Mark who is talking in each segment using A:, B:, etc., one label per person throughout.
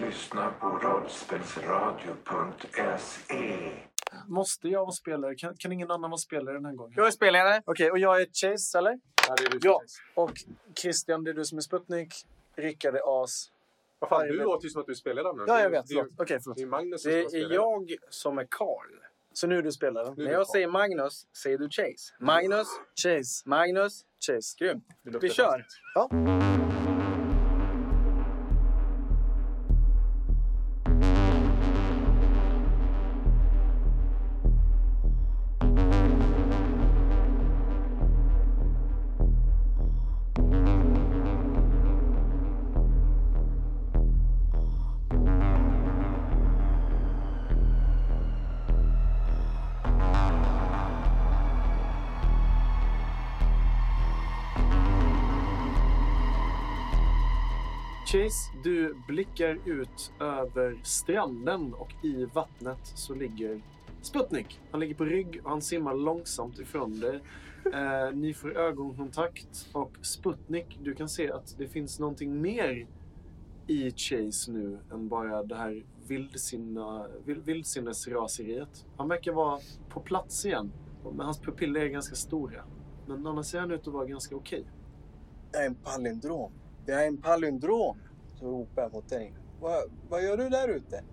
A: lyssnar på rollspelsradio.se.
B: Måste jag vara spelare? Kan, kan ingen annan vara spelare den här gången?
C: Jag är spelledare.
B: Okej, och jag är Chase, eller?
D: Ja, det är du
B: Ja.
D: ja.
B: Och Christian, det är du som är Sputnik. Rickard är as.
D: Vad fan,
B: Nej,
D: du
B: men-
D: låter ju som att du spelar namnen.
B: Ja, jag vet.
D: Det är,
B: Förlåt. Okej, förlåt.
D: det är Magnus som
C: Det
D: ska spela.
C: är jag som är Karl.
B: Så nu är du spelaren.
D: Nu är
C: När
D: det
C: jag
D: Karl.
C: säger Magnus säger du Chase. Magnus,
B: Chase.
C: Magnus.
B: Chase.
C: Grymt.
D: Det luktar
C: Vi kör.
B: Ja. Chase, du blickar ut över stranden och i vattnet så ligger Sputnik. Han ligger på rygg och han simmar långsamt ifrån dig. Eh, ni får ögonkontakt och Sputnik, du kan se att det finns någonting mer i Chase nu än bara det här vildsinna, vild, vildsinnesraseriet. Han verkar vara på plats igen, men hans pupiller är ganska stora. Men annars ser han ut att vara ganska okej.
E: Jag är en palindrom. Jag är en palindrom. Så ropar jag mot dig. Vad, vad gör du där ute?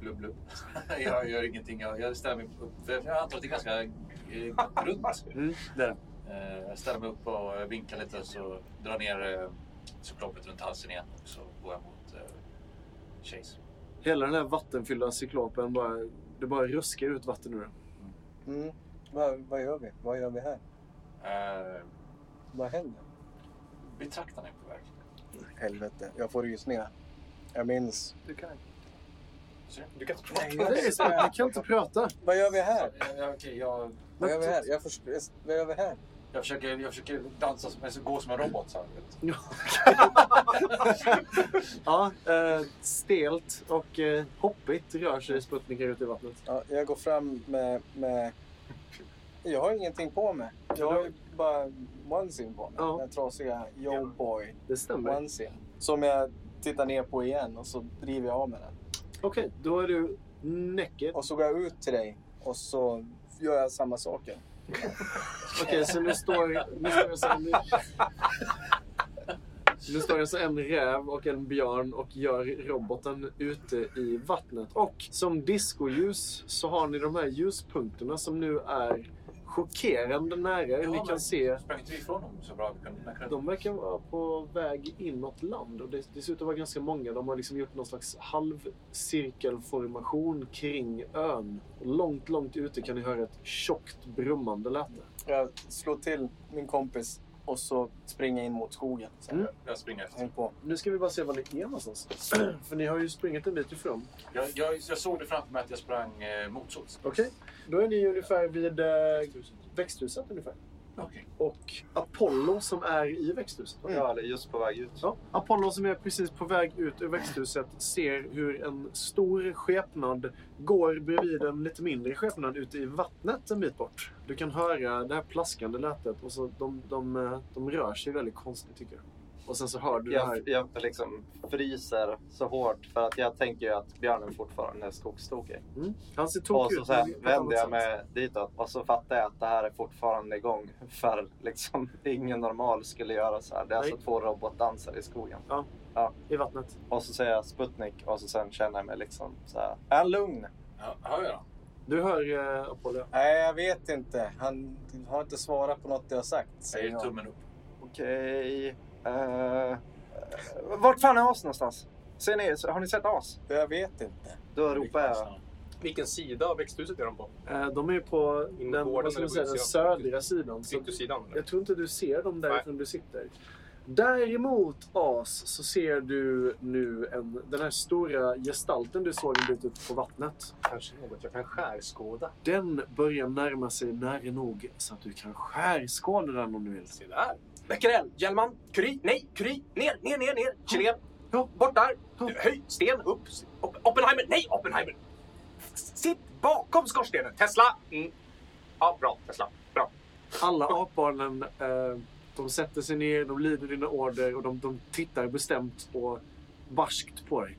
F: Blubb, blubb. jag gör ingenting. Jag, jag ställer mig upp. Jag antar att det är ganska eh, grunt.
B: Mm, det är det.
F: Eh, Jag ställer mig upp och eh, vinkar lite så drar ner eh, cykloppet runt halsen igen. Och så går jag mot eh, Chase.
B: Hela den här vattenfyllda cyklopen bara... Det bara ruskar ut vatten ur den.
E: Mm. Vad, vad gör vi? Vad gör vi här?
F: Eh,
E: Vad händer?
F: Betraktaren är på väg.
E: Helvete, jag får rysningar. Jag minns.
C: Du kan.
D: Du kan inte prata.
B: Nej, jag kan inte prata.
E: Vad gör vi här?
F: Eh, ja, Okej, jag,
E: Vad gör vi här? Jag förstår, vad gör vi här?
F: jag, försöker, jag försöker dansa som, alltså, gå som en robot. Så här, vet.
B: Ja, eh, stelt och eh, hoppigt rör sig Sputnikar ut i vattnet.
E: Ja, jag går fram med, med... Jag har ingenting på mig. Jag har ju bara onesien på mig.
B: Ja.
E: Den trasiga Yo-boy
B: Det stämmer.
E: onesien. Som jag tittar ner på igen och så driver jag av med den.
B: Okej, då är du näcket. Okej,
E: Och så går jag ut till dig och så gör jag samma sak. igen.
B: så nu står, nu står jag så en... Nu står det så en räv och en björn och gör roboten ute i vattnet. Och som discoljus så har ni de här ljuspunkterna som nu är chockerande nära. er.
F: Ja,
B: Ni
F: men-
B: kan se
F: Sprang inte vi ifrån dem så bra vi kunde? när kunde-
B: De verkar vara på väg inåt land och det, det ser ut att vara ganska många. De har liksom gjort någon slags halvcirkelformation kring ön. Och långt, långt ute kan ni höra ett tjockt brummande läte.
E: Jag slår till min kompis och så springer jag in mot skogen. Så här,
B: Mm.
F: Jag springer efter.
E: Häng på.
B: Nu ska vi bara se var ni är någonstans. För ni har ju sprungit en bit ifrån.
F: Jag, jag, jag såg det framför mig att jag sprang eh, motsols.
B: Okej, då är ni ungefär vid eh, växthuset ungefär.
F: Okej.
B: Och Apollo som är i växthuset. va?
G: Ja, eller just på väg ut.
B: Ja. Apollo som är precis på väg ut ur växthuset ser hur en stor skepnad går bredvid en lite mindre skepnad ute i vattnet en bit bort. Du kan höra det här plaskande lätet och så de, de, eh, de rör sig väldigt konstigt tycker jag. Och sen så hör du det här.
G: Jag, jag liksom fryser så hårt för att jag tänker ju att björnen fortfarande är skogstokig.
B: Han ser
G: Och
B: tokig
G: så
B: ut. men
G: sen
B: på ett annat
G: vänder jag
B: sätt.
G: mig ditåt och så fattar jag att det här är fortfarande igång. För liksom ingen normal skulle göra så här. Det är
B: Nej.
G: alltså två robotdansare i skogen.
B: I vattnet.
G: Och så säger jag Sputnik och så sen känner jag mig liksom så här. Är han lugn?
F: Ja, hör jag då?
B: Du hör eh, Apollo.
E: Nej, jag vet inte. Han har inte svarat på något jag har sagt.
F: Jag
E: Säger
F: ger
E: jag.
F: tummen upp.
G: Okej. eh, eh, vart fan är as någonstans? Ser ni, har ni sett as?
E: jag vet inte.
G: Då ropar jag.
D: Vilken sida av växthuset är de på?
B: Eh, De är ju på
D: In
B: den,
D: gården
B: vad ska man
D: eller
B: säga, den
D: utsidan?
B: södra sidan. Så
D: Yttersidan? eller?
B: Jag tror inte du ser dem därifrån du sitter. Däremot, As, så ser du nu en, den här stora gestalten du såg en bit ut på vattnet.
D: Kanske något jag kan skärskåda.
B: Den börjar närma sig nära nog så att du kan skärskåda den om du vill.
D: Se där. Becquerel, Hjelman, Curie, nej, Curie, ner, ner, ner, ner, Chilén,
B: Ja.
D: bort där,
B: Ja.
D: höj, sten, upp, Op- Oppenheimer, nej, Oppenheimer! S- Sitt bakom skorstenen, Tesla! Mm. Ja, bra, Tesla, bra.
B: Alla apbarnen, eh, de sätter sig ner, de lyder dina order och de, de tittar bestämt och barskt på dig.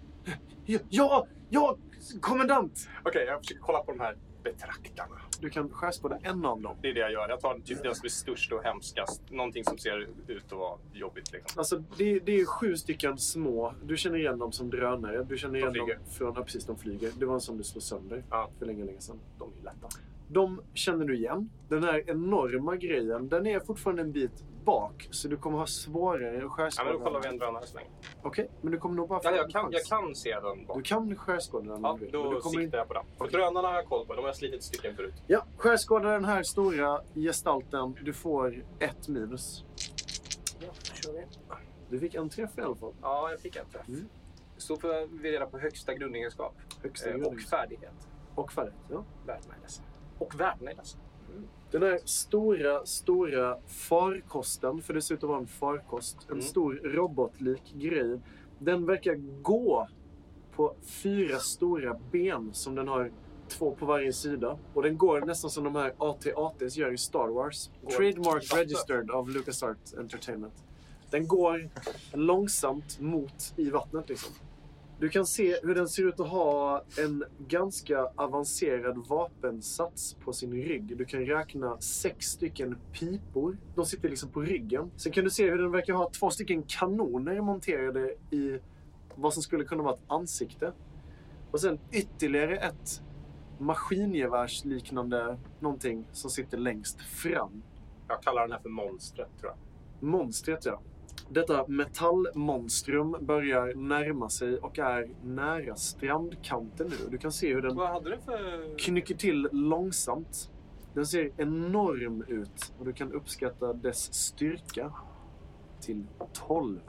B: Ja, ja, kommandant!
D: Okej, jag försöker kolla på de här betraktarna.
B: Du kan skärskåda en av dem.
D: Det är det jag gör. Jag tar typ den som är störst och hemskast. Någonting som ser ut att vara jobbigt. Liksom.
B: Alltså, det, det är sju stycken små. Du känner igen dem som drönare. Du känner igen dem
D: flyger.
B: från... Ja, precis. De flyger. Det var en som du slog sönder
D: Ja.
B: för länge, länge sedan.
D: De är lätta.
B: De känner du igen. Den här enorma grejen, den är fortfarande en bit bak. Så du kommer ha svårare att
D: Ja,
B: skärskåda.
D: men då kollar vi en drönare så länge.
B: Okej, men du kommer nog bara få
D: Ja, jag,
B: en
D: kan, jag
B: chans.
D: kan se den
B: Du
D: bak.
B: kan skärskåda den
D: Ja,
B: om du vill, men du
D: då
B: kommer in-
D: siktar jag på den. För drönarna har jag koll på. De har jag slitit stycken förut.
B: Ja, skärskåda den här stora gestalten. Du får ett minus.
D: Ja, kör vi.
B: Du fick en träff i alla fall.
D: Ja, jag fick en träff.
B: Mm.
D: Så får jag- vi reda på högsta grundegenskap
B: Högsta
D: eh, och
B: och,
D: färdighet.
B: och färdigt. Ja.
D: Värden är ledsen. Och alltså. värden är ledsen.
B: Den här stora, stora farkosten, för det ser ut att vara en farkost, en
D: Mm.
B: stor robotlik grej. Den verkar gå på fyra stora ben som den har två på varje sida. Och den går nästan som de här AT-ATs gör i Star Wars.
D: Går-
B: Trademark registered av LucasArts Entertainment. Den går långsamt mot i vattnet liksom. Du kan se hur den ser ut att ha en ganska avancerad vapensats på sin rygg. Du kan räkna sex stycken pipor. De sitter liksom på ryggen. Sen kan du se hur den verkar ha två stycken kanoner monterade i vad som skulle kunna vara ett ansikte. Och sen ytterligare ett maskingevärsliknande någonting som sitter längst fram.
D: Jag kallar den här för monstret, tror jag.
B: Monstret, ja. Detta metallmonstrum börjar närma sig och är nära strandkanten nu. Du kan se hur den
E: Vad hade du för...
B: knycker till långsamt. Den ser enorm ut och du kan uppskatta dess styrka till 12.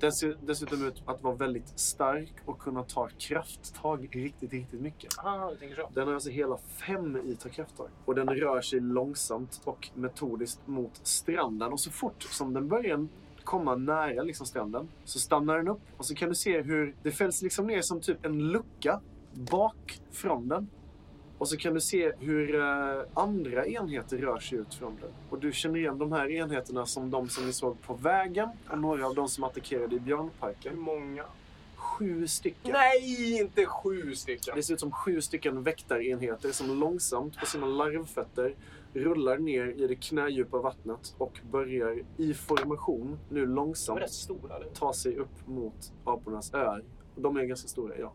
B: Den ser dessutom ut att vara väldigt stark och kunna ta krafttag riktigt, riktigt mycket.
D: Ah, du tänker så.
B: Den har alltså hela fem i ta krafttag. Och den rör sig långsamt och metodiskt mot stranden. Och så fort som den börjar komma nära liksom stranden så stannar den upp. Och så kan du se hur det fälls liksom ner som typ en lucka bak från den. Och så kan du se hur eh, andra enheter rör sig ut från den. Och du känner igen de här enheterna som de som vi såg på vägen och några av de som attackerade i
D: Hur
B: björnparken.
D: många?
B: Sju stycken.
D: Nej, inte sju stycken!
B: Det ser ut som sju stycken väktarenheter som långsamt på sina larvfötter rullar ner i det knädjupa vattnet och börjar i formation nu
D: De är rätt
B: långsamt
D: stora. eller?
B: ta sig upp mot apornas öar. De är ganska stora, ja.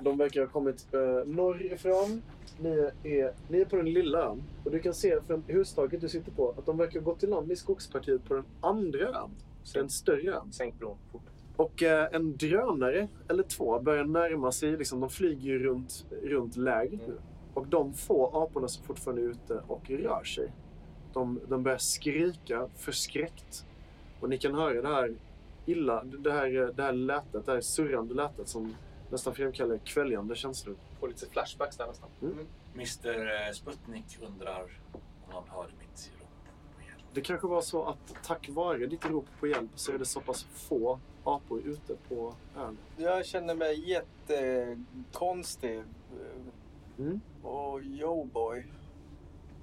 B: De verkar ha kommit eh, norrifrån. Ni är, ni är på den lilla ön och du kan se från hustaket du sitter på att de verkar ha gått till land i skogspartiet på den andra ön. Den större ön.
D: Sänk bron fort.
B: Och eh, en drönare eller två börjar närma sig. Liksom, de flyger ju runt, runt lägret nu. Och de få aporna som fortfarande är ute och rör sig, de, de börjar skrika förskräckt. Och ni kan höra det här illa, det här, eh, det här lätet, det här surrande lätet som nästan framkallar kväljande känslor.
D: Får lite flashbacks där nästan.
F: Mr eh, Sputnik undrar om någon hörde mitt rop på hjälp.
B: Det kanske var så att tack vare ditt rop på hjälp så är det så pass få apor ute på ön.
E: Jag känner mig jättekonstig.
B: Mm.
E: Och yo boy.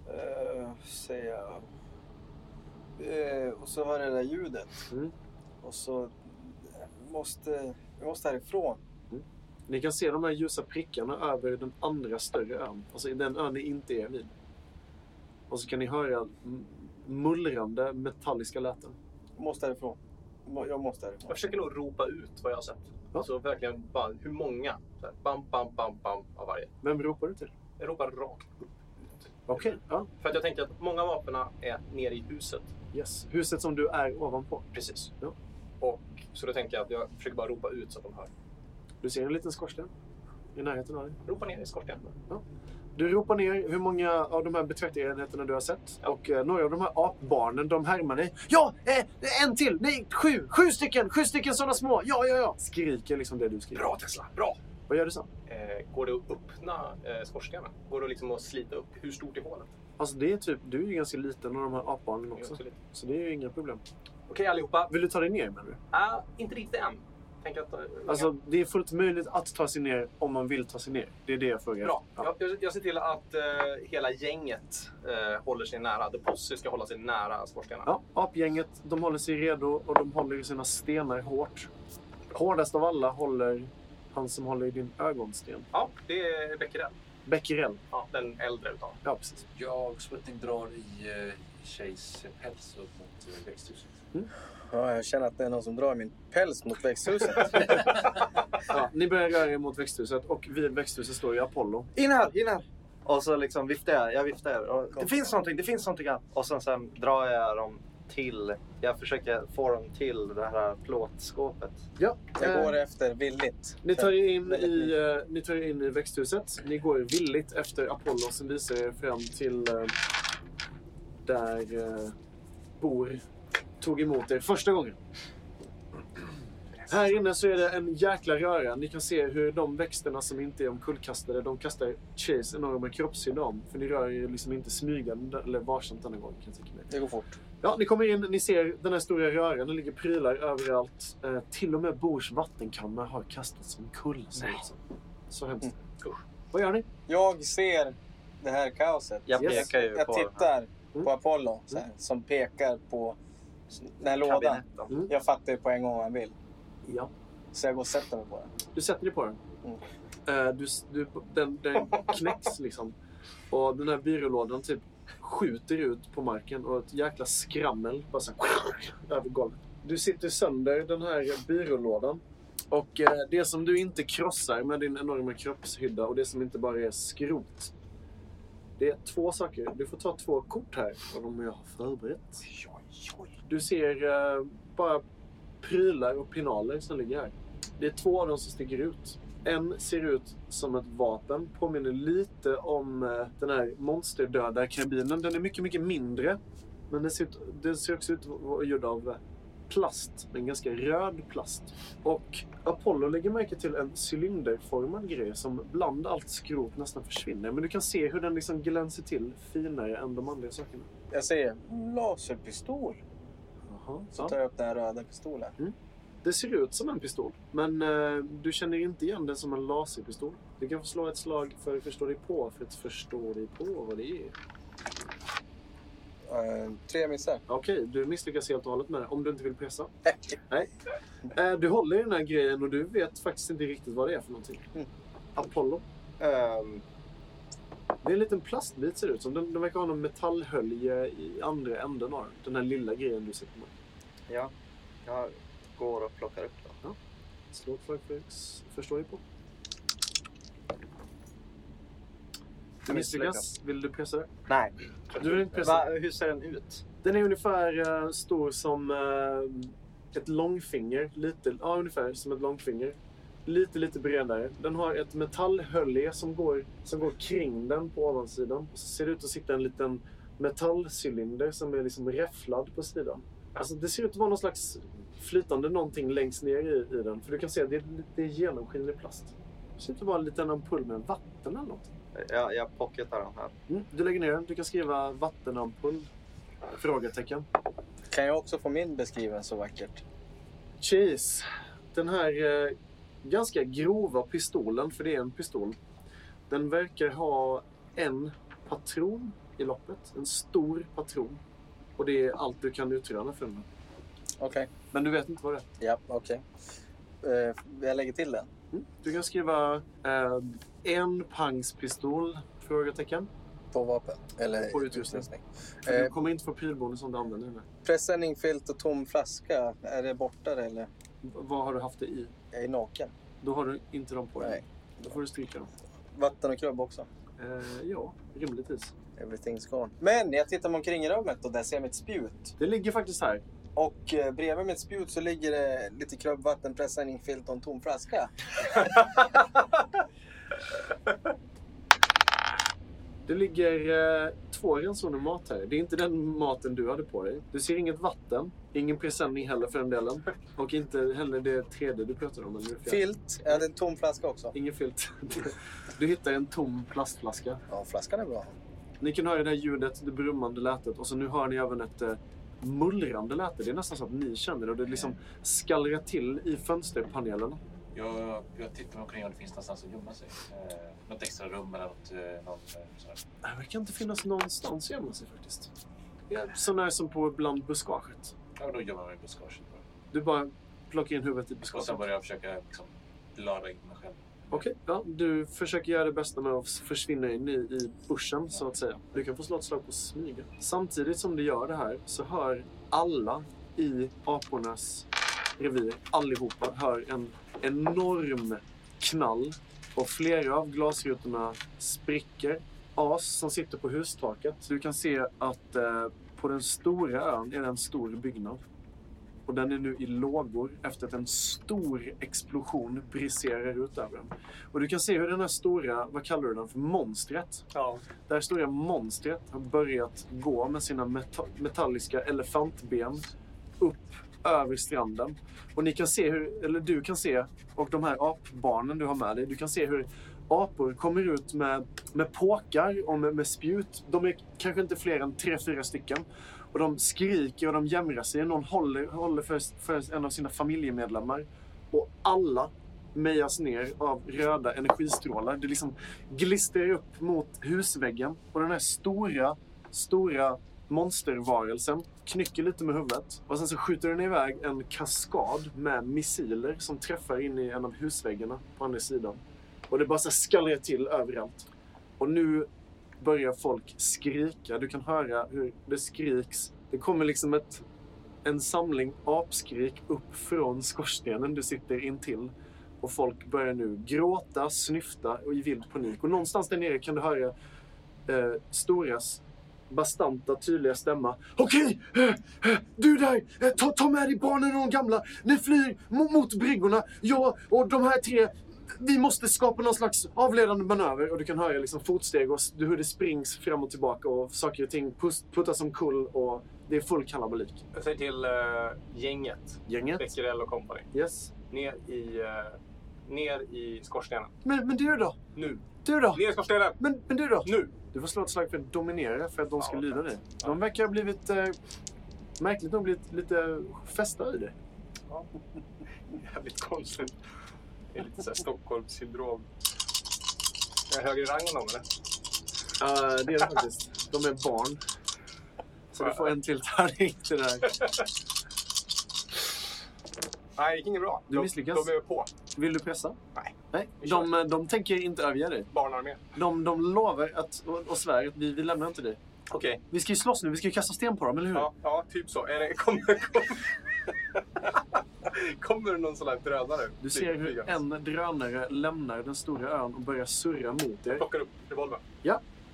E: Eh, säger jag. Eh, och så hör jag det där ljudet.
B: Mm.
E: Och så eh, måste... Jag måste härifrån.
B: Ni kan se de här ljusa prickarna över den andra större ön. Alltså i den ön ni inte är vid. Och så kan ni höra m- mullrande metalliska läten.
E: Jag måste härifrån. Må- Jag måste härifrån.
D: Jag försöker nog ropa ut vad jag har sett.
B: Ja.
D: Så verkligen bara, hur många? Så här, bam, bam, bam, bam av varje.
B: Vem ropar du till?
D: Jag ropar rakt.
B: Okej. Ja,
D: För att jag tänker att många av aporna är nere i huset.
B: yes. Huset som du är ovanpå.
D: Precis.
B: Ja.
D: Och, så då tänker jag att jag försöker bara ropa ut så att de hör.
B: Du ser en liten skorsten i närheten av dig.
D: Ropa ner i skorstenen.
B: Du ropar ner hur många av de här betraktarenheterna du har sett. Och eh, några av de här apbarnen, de härmar dig. Ja! Eh, en till! Nej, sju! Sju stycken! Sju stycken sådana små! Ja, ja, ja! Skriker liksom det du skriker.
D: Bra Tesla, bra!
B: Vad gör du sen?
D: Eh, går det att öppna eh, skorstenen? Går det liksom att slita upp? Hur stort är hålet?
B: Alltså det är typ, du är ju ganska liten och de här apbarnen
D: Det är
B: också.
D: också lite-
B: Så det är ju inga problem.
D: Okej allihopa.
B: Vill du ta dig ner menar du?
D: Ah, inte riktigt än. Tänker att, eh,
B: Alltså det är fullt möjligt att ta sig ner om man vill ta sig ner. Det är det jag frågar.
D: Bra.
B: Ja.
D: Jag, jag, jag ser till att eh, hela gänget eh, håller sig nära. The Posse ska hålla sig nära skorstenarna.
B: Ja, apgänget, de håller sig redo och de håller i sina stenar hårt. Hårdast av alla håller Han som håller i din ögonsten.
H: Ja, det är Becquerel.
B: Becquerel.
H: Ja, den äldre utav.
B: Ja, precis.
F: Jag, Sputnik, drar i eh, Chase päls upp mot eh, växthuset.
E: Ja, jag känner att det är någon som drar min päls mot växthuset.
B: Ja, ni börjar röra er mot växthuset och vid växthuset står ju Apollo.
D: In här, in här! Och så liksom viftar jag, jag viftar. Och, det finns någonting, det finns någonting. här." Och sen, sen drar jag dem till, jag försöker få dem till det här plåtskåpet.
B: Ja, eh,
E: Jag går efter villigt.
B: Ni tar, er in i, eh, ni tar er in i växthuset. Ni går villigt efter Apollo som visar er fram till eh, där eh, Bor tog emot er första gången. Här inne så är det en jäkla röra. Ni kan se hur de växterna som inte är omkullkastade, de kastar Chase enorma kroppshydda om. För ni rör er liksom inte smygande eller varsamt denna gång. Kan jag tänka mig.
E: Det går fort.
B: Ja, ni kommer in, ni ser den här stora röran, det ligger prylar överallt. Eh, till och med Bors vattenkanna har kastats omkull. ser det ut som. Så hemskt.
D: Mm.
B: Usch. Vad gör ni?
E: Jag ser det här kaoset.
D: Jag
B: Yes.
D: pekar ju
E: Jag
D: på
E: tittar
B: Mm.
E: på Apollo så här,
D: Mm.
E: som pekar på den här
D: den här
E: lådan.
D: kabinetten.
E: Jag fattar ju på en gång vad han vill.
B: Ja.
E: Så jag går och sätter mig på den.
B: Du sätter dig på den. Eh, du, s- du, den, den knäcks liksom. Och den här byrålådan typ skjuter ut på marken och ett jäkla skrammel bara så här, över golvet. Du sitter sönder den här byrålådan. Och eh, det som du inte krossar med din enorma kroppshydda och det som inte bara är skrot. Det är två saker. Du får ta två kort här av de jag har förberett. Du ser eh, bara prylar och pinaler som ligger här. Det är två av dem som sticker ut. En ser ut som ett vapen, påminner lite om eh, den här monsterdöda karbinen. Den är mycket, mycket mindre. Men den ser, ut, den ser också ut att vara gjord av eh, plast, men ganska röd plast. Och Apollo lägger märke till en cylinderformad grej som bland allt skrot nästan försvinner. Men du kan se hur den liksom glänser till finare än de andra sakerna.
E: Jag säger laserpistol.
B: Jaha,
E: Så
B: ja.
E: tar jag upp den här röda pistolen.
B: Det ser ut som en pistol, men eh, du känner inte igen den som en laserpistol. Du kan få slå ett slag för att förstå dig på, för att förstå dig på vad det är.
E: Eh, tre missar.
B: Okej, du misslyckas helt och hållet med det, om du inte vill pressa. Nej. Eh, du håller i den här grejen och du vet faktiskt inte riktigt vad det är för någonting.
E: Mm.
B: Apollo.
D: Ehm,
B: Det är en liten plastbit ser det ut som. Den, den verkar ha någon metallhölje i andra änden av den. Den här lilla grejen du sitter med.
D: ja, jag går och plockar upp dem.
B: Slå ett slag för att förstå dig på. Du misslyckas.
D: Jag misslyckas.
B: Vill du pressa det?
D: Nej.
B: Du vill inte pressa?
D: Va, hur ser den ut?
B: Den är ungefär eh, stor som eh, ett långfinger. Lite, ja, ungefär som ett långfinger. Lite, lite bredare. Den har ett metallhölje som går, som går kring den på ovansidan. Och så ser det ut att sitta en liten metallcylinder som är liksom räfflad på sidan. Alltså, det ser ut att vara någon slags flytande någonting längst ner i, i den. För du kan se att det är, det är genomskinlig plast. Det ser ut att vara en liten ampull med vatten eller något.
D: Jag, jag pocketar den här.
B: Mm, du lägger ner den. Du kan skriva vattenampull? Frågetecken.
E: Kan jag också få min beskriven så vackert?
B: Cheese. Den här eh, ganska grova pistolen, för det är en pistol. Den verkar ha en patron i loppet. En stor patron. Och det är allt du kan utröna för den.
E: Okej.
B: Men du vet inte vad det är.
E: Ja, okej. Eh, jag lägger till den.
B: Mm. Du kan skriva eh, en pangspistol? Frågetecken.
E: På vapen. Eller
B: På utrustning. För Du
E: Eh,
B: kommer inte få prylbonus om du använder den här.
E: presenning, filt och tom flaska. Är det borta det, eller?
B: V- Vad har du haft det i?
E: Jag är naken.
B: Då har du inte dem på dig.
E: Nej.
B: Då får du stryka dem.
E: Vatten och krubb också.
B: Eh, ja, rimligtvis.
E: Everything's gone. Men jag tittar mig omkring i rummet och där ser jag mitt spjut.
B: Det ligger faktiskt här.
E: Och eh, bredvid mitt spjut så ligger det lite krubb, vatten, presenning, filt och en tom flaska.
B: Det ligger eh, två ransoner mat här. Det är inte den maten du hade på dig. Du ser inget vatten, ingen presenning heller för den delen. Och inte heller det tredje du pratade om. Eller det fjärde.
E: Filt. Jag hade en tom flaska också.
B: Ingen filt. Du hittar en tom plastflaska.
E: Ja, flaskan är bra.
B: Ni kan höra det där ljudet, det brummande lätet och så nu hör ni även ett eh, mullrande läte. Det är nästan så att ni känner det och det liksom skallrar till i fönsterpanelerna.
F: Jag, jag tittar mig omkring om det finns någonstans att gömma sig. Eh, något extra rum eller något. Eh, någon, eh, så här.
B: Det verkar inte finnas någonstans att gömma sig faktiskt. Det är Så när som på bland buskaget.
F: Ja, då gömmer jag mig i buskaget. bara.
B: Du bara plockar in huvudet i
F: Och
B: buskaget.
F: sen börjar jag försöka liksom, lördag mig själv.
B: Okej, ja, du försöker göra det bästa med att försvinna in i, i bushen så att säga. Du kan få slå ett slag på smyga. Samtidigt som du gör det här så hör alla i apornas revir, allihopa, hör en enorm knall och flera av glasrutorna spricker. As som sitter på hustaket. Du kan se att eh, på den stora ön är det en stor byggnad. Och den är nu i lågor efter att en stor explosion briserar ut över den. Och du kan se hur den här stora, vad kallar du den för, monstret?
D: Ja.
B: Det här stora monstret har börjat gå med sina meta- metalliska elefantben upp över stranden. Och ni kan se hur, eller du kan se, och de här apbarnen du har med dig, du kan se hur apor kommer ut med, med påkar och med, med spjut. De är kanske inte fler än tre, fyra stycken. Och de skriker och de jämrar sig. Någon håller, håller för, för en av sina familjemedlemmar. Och alla mejas ner av röda energistrålar. Det liksom glistrar upp mot husväggen. Och den här stora, stora monstervarelsen knycker lite med huvudet. Och sen så skjuter den iväg en kaskad med missiler som träffar in i en av husväggarna på andra sidan. Och det bara så här skallrar till överallt. Och nu börjar folk skrika. Du kan höra hur det skriks. Det kommer liksom ett, en samling apskrik upp från skorstenen du sitter intill. Och folk börjar nu gråta, snyfta och i vild panik. Och någonstans där nere kan du höra eh, Storas bastanta, tydliga stämma. Okej! eh, eh, Du där! eh, Ta, ta med dig barnen och de gamla! Ni flyr mot, mot bryggorna! Jag och de här tre vi måste skapa någon slags avledande manöver och du kan höra liksom fotsteg och s- hur det springs fram och tillbaka och saker och ting pus- puttas omkull och det är full kalabalik.
D: Jag säger till eh, gänget,
B: Gänget?
D: Becquerel och company.
B: Yes.
D: Ner i, eh, ner i skorstenen.
B: Men, men du då?
D: Nu.
B: Du då?
D: Ner i skorstenen!
B: Men, men du då?
D: Nu!
B: Du får slå ett slag för att dominera för att de ska
D: Ja,
B: lyda
D: tack.
B: dig. De verkar ha blivit... Eh, märkligt nog blivit lite fästa i dig.
D: Jävligt konstigt. Det är lite såhär Stockholmssyndrom. Är jag högre i rang än dem eller?
B: Uh, det är det faktiskt. De är barn. Så du får en till tärning till det här.
D: Nej, det gick inget bra.
B: Du
D: de,
B: misslyckas.
D: De är på.
B: Vill du pressa?
D: Nej.
B: Nej.
D: Vi kör.
B: De, eh, de tänker inte överge dig.
D: Barnarmé.
B: De, de lovar att, och, och svär att vi, vi lämnar inte dig.
D: Okej.
B: Vi ska ju slåss nu, vi ska ju kasta sten på dem, eller hur?
D: Ja, ja, typ så. Eller, kommer, kommer, kommer det någon sån där drönare?
B: Du
D: Fly-
B: ser hur
D: flygandes?
B: en drönare lämnar den stora ön och börjar surra mot
D: Jag
B: er.
D: plockar upp revolvern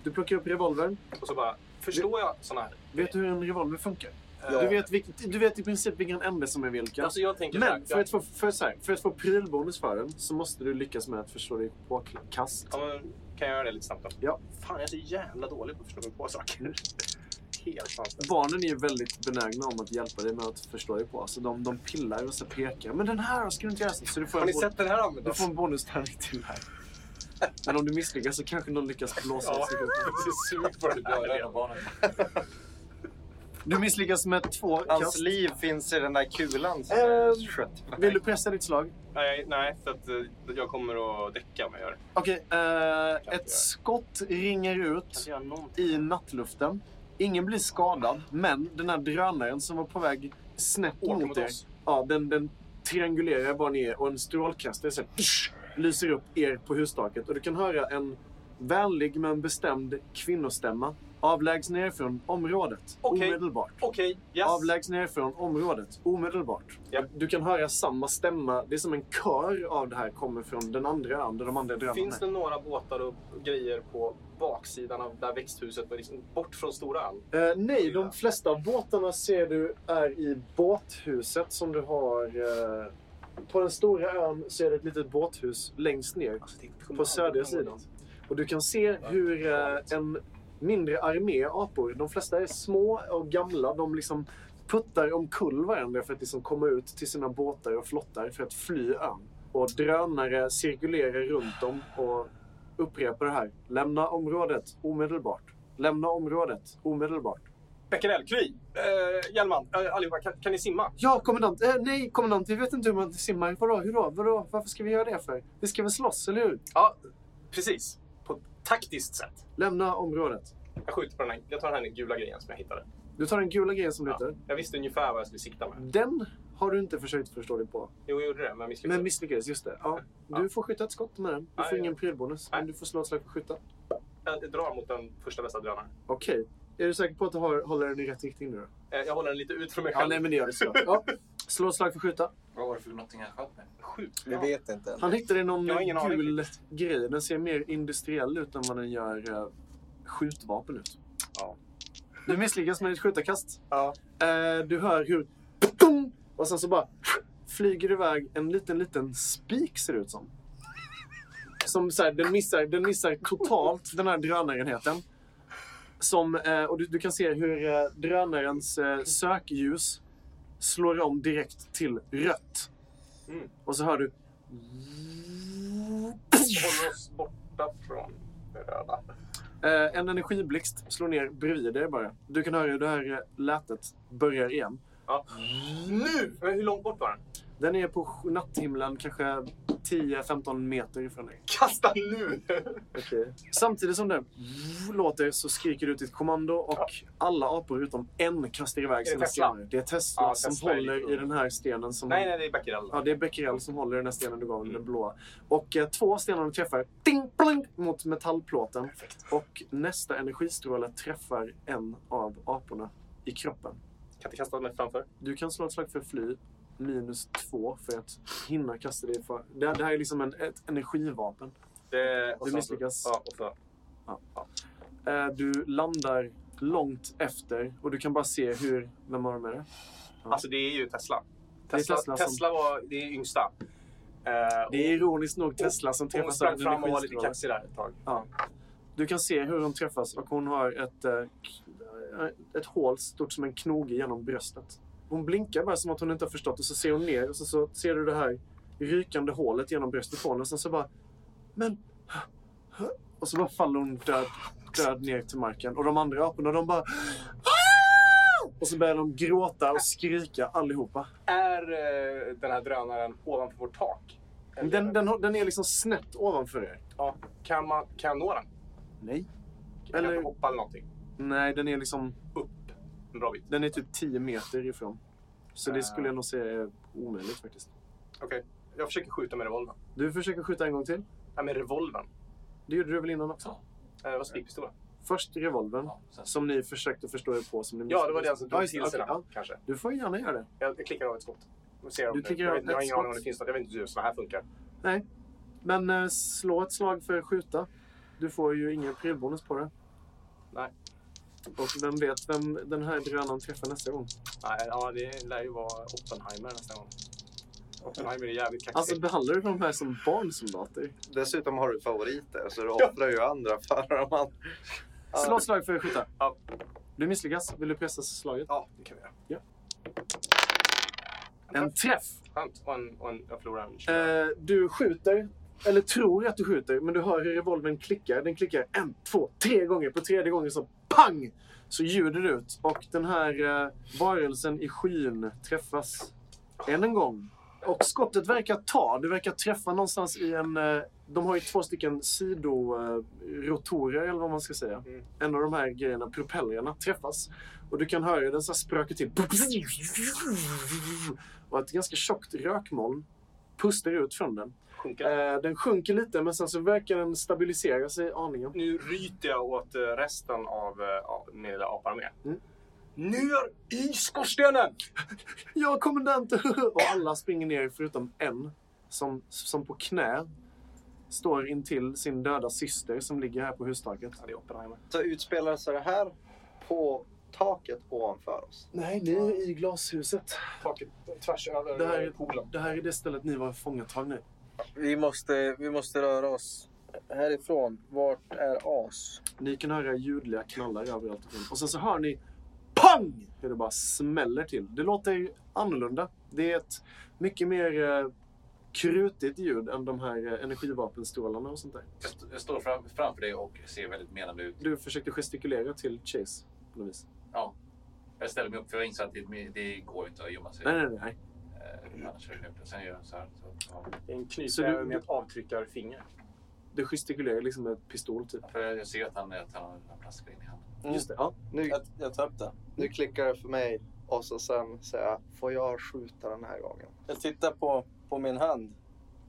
B: Du plockar upp revolvern.
D: och så bara... Förstår jag såna här?
B: Vet du hur en revolver funkar?
D: Eh,
B: Du, vet vilk, du vet i princip vilken ände som är vilken.
D: Alltså jag tänker
B: Men
D: så
B: för
D: här,
B: att, få, för, så här, för att få prylbonus för den så måste du lyckas med att förstå dig på kast.
D: jag, ja, men, kan jag göra det lite snabbt då?
B: Ja.
D: Fan, jag är så jävla dålig på att förstå mig på saker. Helt sanslöst.
B: Barnen är ju väldigt benägna om att hjälpa dig med att förstå dig på. Alltså de, de pillar och så pekar. Men den här då, ska du inte göra så. så du får
D: Har
B: en
D: ni
B: bon-
D: sett den här
B: Du
D: användas?
B: får en bonustärning till här. Men om du misslyckas så kanske någon lyckas blåsa
D: Ja,
B: upp sig.
D: precis. Sug på det
F: Jag är
D: där.
F: redan barnen.
B: Du misslyckas med två
G: Hans
D: Alltså,
B: kast.
G: liv finns i den där kulan som
B: Ehm,
G: är skött.
B: Vill du pressa ditt slag?
D: Nej, nej, för att eh, jag kommer att däcka om jag gör det.
B: Okej, eh,
D: göra.
B: ett skott ringer ut
D: göra någonting.
B: i nattluften. Ingen blir skadad, men den här drönaren som var på väg snett
D: Åker
B: mot
D: mot
B: er.
D: oss.
B: Ja, den, den triangulerar bara ner och en strålkastare så här, psh, lyser upp er på hustaket. Och du kan höra en vänlig men bestämd kvinnostämma. Avlägs nerifrån området.
D: Okej.
B: Omedelbart.
D: Okej, yes.
B: Avlägs nerifrån området omedelbart.
D: Ja.
B: Du kan höra samma stämma. Det är som en kör av det här kommer från den andra ön där de andra drönarna
D: Finns
B: är.
D: det några båtar och grejer på baksidan av där växthuset var liksom bort från Stora ön?
B: Eh, nej, de flesta av båtarna ser du är i båthuset som du har. Eh, på den stora ön så är det ett litet båthus längst ner på södra sidan. Och du kan se hur eh, en mindre armé apor, de flesta är små och gamla, de liksom puttar omkull varandra för att liksom komma ut till sina båtar och flottar för att fly ön. Och drönare cirkulerar runt dem och upprepar det här. Lämna området omedelbart. Lämna området omedelbart.
D: Becquerel, Kry, eh, Hjelman, eh, allihopa, kan, kan ni simma?
B: Ja, kommandant. Eh, nej, kommandant. Vi vet inte hur man simmar. Vadå, hur då? Vadå? Varför ska vi göra det för? Vi ska väl slåss, eller hur?
D: Ja, precis. På ett taktiskt sätt.
B: Lämna området.
D: Jag skjuter på den här, jag tar den här gula grejen som jag hittade.
B: Du tar den gula grejen som du
D: Ja.
B: hittar.
D: Jag visste ungefär vad jag skulle sikta med.
B: Den har du inte försökt förstå dig på.
D: Jo, jag gjorde det, men misslyckades.
B: Men misslyckades, just det. Ja. Du får skjuta ett skott med den. Du
D: Ja,
B: får
D: ja.
B: ingen prylbonus,
D: Nej.
B: men du får slå ett slag för att skjuta.
D: Jag drar mot den första bästa drönaren.
B: Okej. Är du säker på att du har, håller den i rätt riktning nu då?
D: Eh, Jag håller den lite ut från mig
B: Ja,
D: själv.
B: nej men det gör det såklart. Ja. Slå ett slag för att skjuta.
F: Vad var det för någonting han sköt med?
D: Sjukt
C: Vi
D: bra.
C: vet inte än.
B: Han hittade någon
D: Jag har ingen aning
B: gul grej. Den ser mer industriell ut än vad den gör eh, skjutvapen ut.
D: Ja.
B: Du misslyckas med ditt skjutarkast.
D: Ja.
B: Eh, du hör hur... Pum! Och sen så bara flyger iväg en liten, liten spik ser det ut som. Som så här, den missar, den missar totalt den här drönarenheten. Som, eh, och du, du kan se hur eh, drönarens eh, sökljus slår om direkt till rött.
D: Mm.
B: Och så hör du
D: Håller oss borta från det röda.
B: Eh, en energiblixt slår ner bredvid dig bara. Du kan höra hur det här eh, lätet börjar igen.
D: Ja. Nu! Men hur långt bort var den?
B: Den är på sj- natthimlen kanske 10-15 meter ifrån dig.
D: Kasta nu!
B: Samtidigt som den låter så skriker du ut ditt kommando och alla apor utom en kastar iväg
D: det
B: sina
D: Tesla?
B: stenar. Det är Tesla
D: Ja,
B: som
D: Tesla är
B: håller
D: lite-
B: i den här stenen. Som
D: nej, Mm. nej, det är Becquerel.
B: Ja, det är Becquerel som håller den här stenen du gav, den blåa. Och eh, två stenar träffar ding, pling, mot metallplåten. Och nästa energistråle träffar en av aporna i kroppen.
D: Kan inte kasta mig framför.
B: Du kan slå ett slag för fly, minus två för att hinna kasta dig. För... Det, det här är liksom en, ett energivapen.
D: Det, och
B: Du
D: så-
B: misslyckas.
D: Ja, och så.
B: Eh, Du landar långt efter och du kan bara se hur... Vem har du med dig?
D: Alltså, det är ju Tesla.
B: Det är
D: Tesla,
B: Tesla
D: Tesla,
B: som-
D: var det är yngsta. Eh,
B: Det är ironiskt nog Tesla som
D: hon, hon
B: träffas av
D: sprang
B: en
D: fram och var lite
B: energistråle.
D: kaxig där ett tag.
B: Ja. Du kan se hur de träffas och hon har ett, eh, k- ett hål stort som en knoge genom bröstet. Hon blinkar bara som att hon inte har förstått och så ser hon ner och så, så ser du det här rykande hålet genom bröstet på henne och sen så bara... Men... Och så bara faller hon död, död ner till marken. Och de andra aporna de bara... "Ah!" Och så börjar de gråta och skrika allihopa.
D: Är eh, den här drönaren ovanför vårt tak? Eller-
B: Den, den, har- den är liksom snett ovanför er.
D: Ja, kan, man, kan jag nå den?
B: Nej.
D: Kan
B: Eller-
D: jag inte hoppa eller någonting?
B: Nej, den är liksom...
D: Upp. En bra bit.
B: Den är typ 10 meter ifrån. Så det
D: Ah.
B: skulle jag nog säga är omöjligt faktiskt.
D: Jag försöker skjuta med revolvern.
B: Du försöker skjuta en gång till.
D: Nej, med revolvern.
B: Det gjorde du väl innan också?
D: Eh, Det var spikpistolen.
B: Först revolvern,
F: Ja, sen
B: som ni försökte förstå er på. Som ni
D: Ja, det var
B: misslyckades.
D: den som drog
B: just
D: till
B: det.
D: sig
B: Okej,
D: den, kanske.
B: Du får gärna göra det.
D: Jag, jag klickar av ett skott. Vi Ser om
B: Du
D: det.
B: klickar
D: jag,
B: av
D: vet- jag har
B: ett
D: ingen aning om
B: skott.
D: det finns något. Jag vet inte hur sådana här funkar.
B: Nej. Men eh, slå ett slag för att skjuta. Du får ju ingen prylbonus på det.
D: Nej.
B: Och vem vet vem den här drönaren träffar nästa gång?
D: Nej, ja, det lär ju vara Oppenheimer nästa gång. Oppenheimer är jävligt kaxig.
B: Alltså behandlar du de här som barnsoldater?
G: Dessutom har du favoriter, så du offrar ju andra för dem. andra.
B: Slå ett slag för att skjuta.
D: Ja.
B: Du misslyckas. Vill du pressa slaget?
D: ja, det kan vi göra.
B: En träff!
D: Skönt. Och, en, och en, jag förlorar en tjugo.
B: Eh, du skjuter, eller tror att du skjuter, men du hör hur revolvern klickar. Den klickar en, två, tre gånger. På tredje gången så pang! Så ljuder det ut och den här eh, varelsen i skyn träffas än en gång. Och skottet verkar ta, det verkar träffa någonstans i en... Eh, de har ju två stycken sidorotorer eh, rotorer, eller vad man ska säga.
D: Mm.
B: En av de här grejerna, propellrarna, träffas. Och du kan höra den så här spröka till. Och ett ganska tjockt rökmoln pustar ut från den.
D: Sjunker den?
B: Eh, den sjunker lite, men sen så verkar den stabilisera sig aningen.
D: Nu ryter jag åt eh, resten av eh, av min lilla aparmé.
B: Mm.
D: Ner i skorstenen!
B: Ja, kommendant! Och alla springer ner förutom en som, som på knä står intill sin döda syster som ligger här på hustaket.
D: Ja, det är Oppenheimer.
G: Så utspelar sig det här på taket ovanför oss.
B: Nej, ni är i glashuset.
D: Taket tvärs över
B: Det här,
D: eh, poolen.
B: är, det här är det stället ni var fångatagna i.
C: Vi måste, vi måste röra oss härifrån. Vart är As?
B: Ni kan höra ljudliga knallar överallt. ifrån. Och sen så hör ni PANG! Hur det bara smäller till. Det låter ju annorlunda. Det är ett mycket mer eh, krutigt ljud än de här eh, energivapenstrålarna och sånt där.
F: Jag, st- jag står fram, framför dig och ser väldigt menande ut.
B: Du försökte gestikulera till Chase på något vis.
F: Ja. Jag ställer mig upp för jag inser att det, det går inte att gömma sig.
B: Nej, nej, nej.
F: Eh, annars är det knäppt. Sen gör jag så här. Så, ja.
D: Det är en
B: Så du-
D: knytnäve med ett avtryckarfinger.
B: Du gestikulerar liksom med ett pistol typ.
F: För jag ser att han, att han har en flaska in i handen.
B: Just det, ja.
G: Nu,
E: Jag, jag tar upp den.
G: nu klickar det för mig Och så sen säga, får jag skjuta den här gången?
E: Jag tittar på, på min hand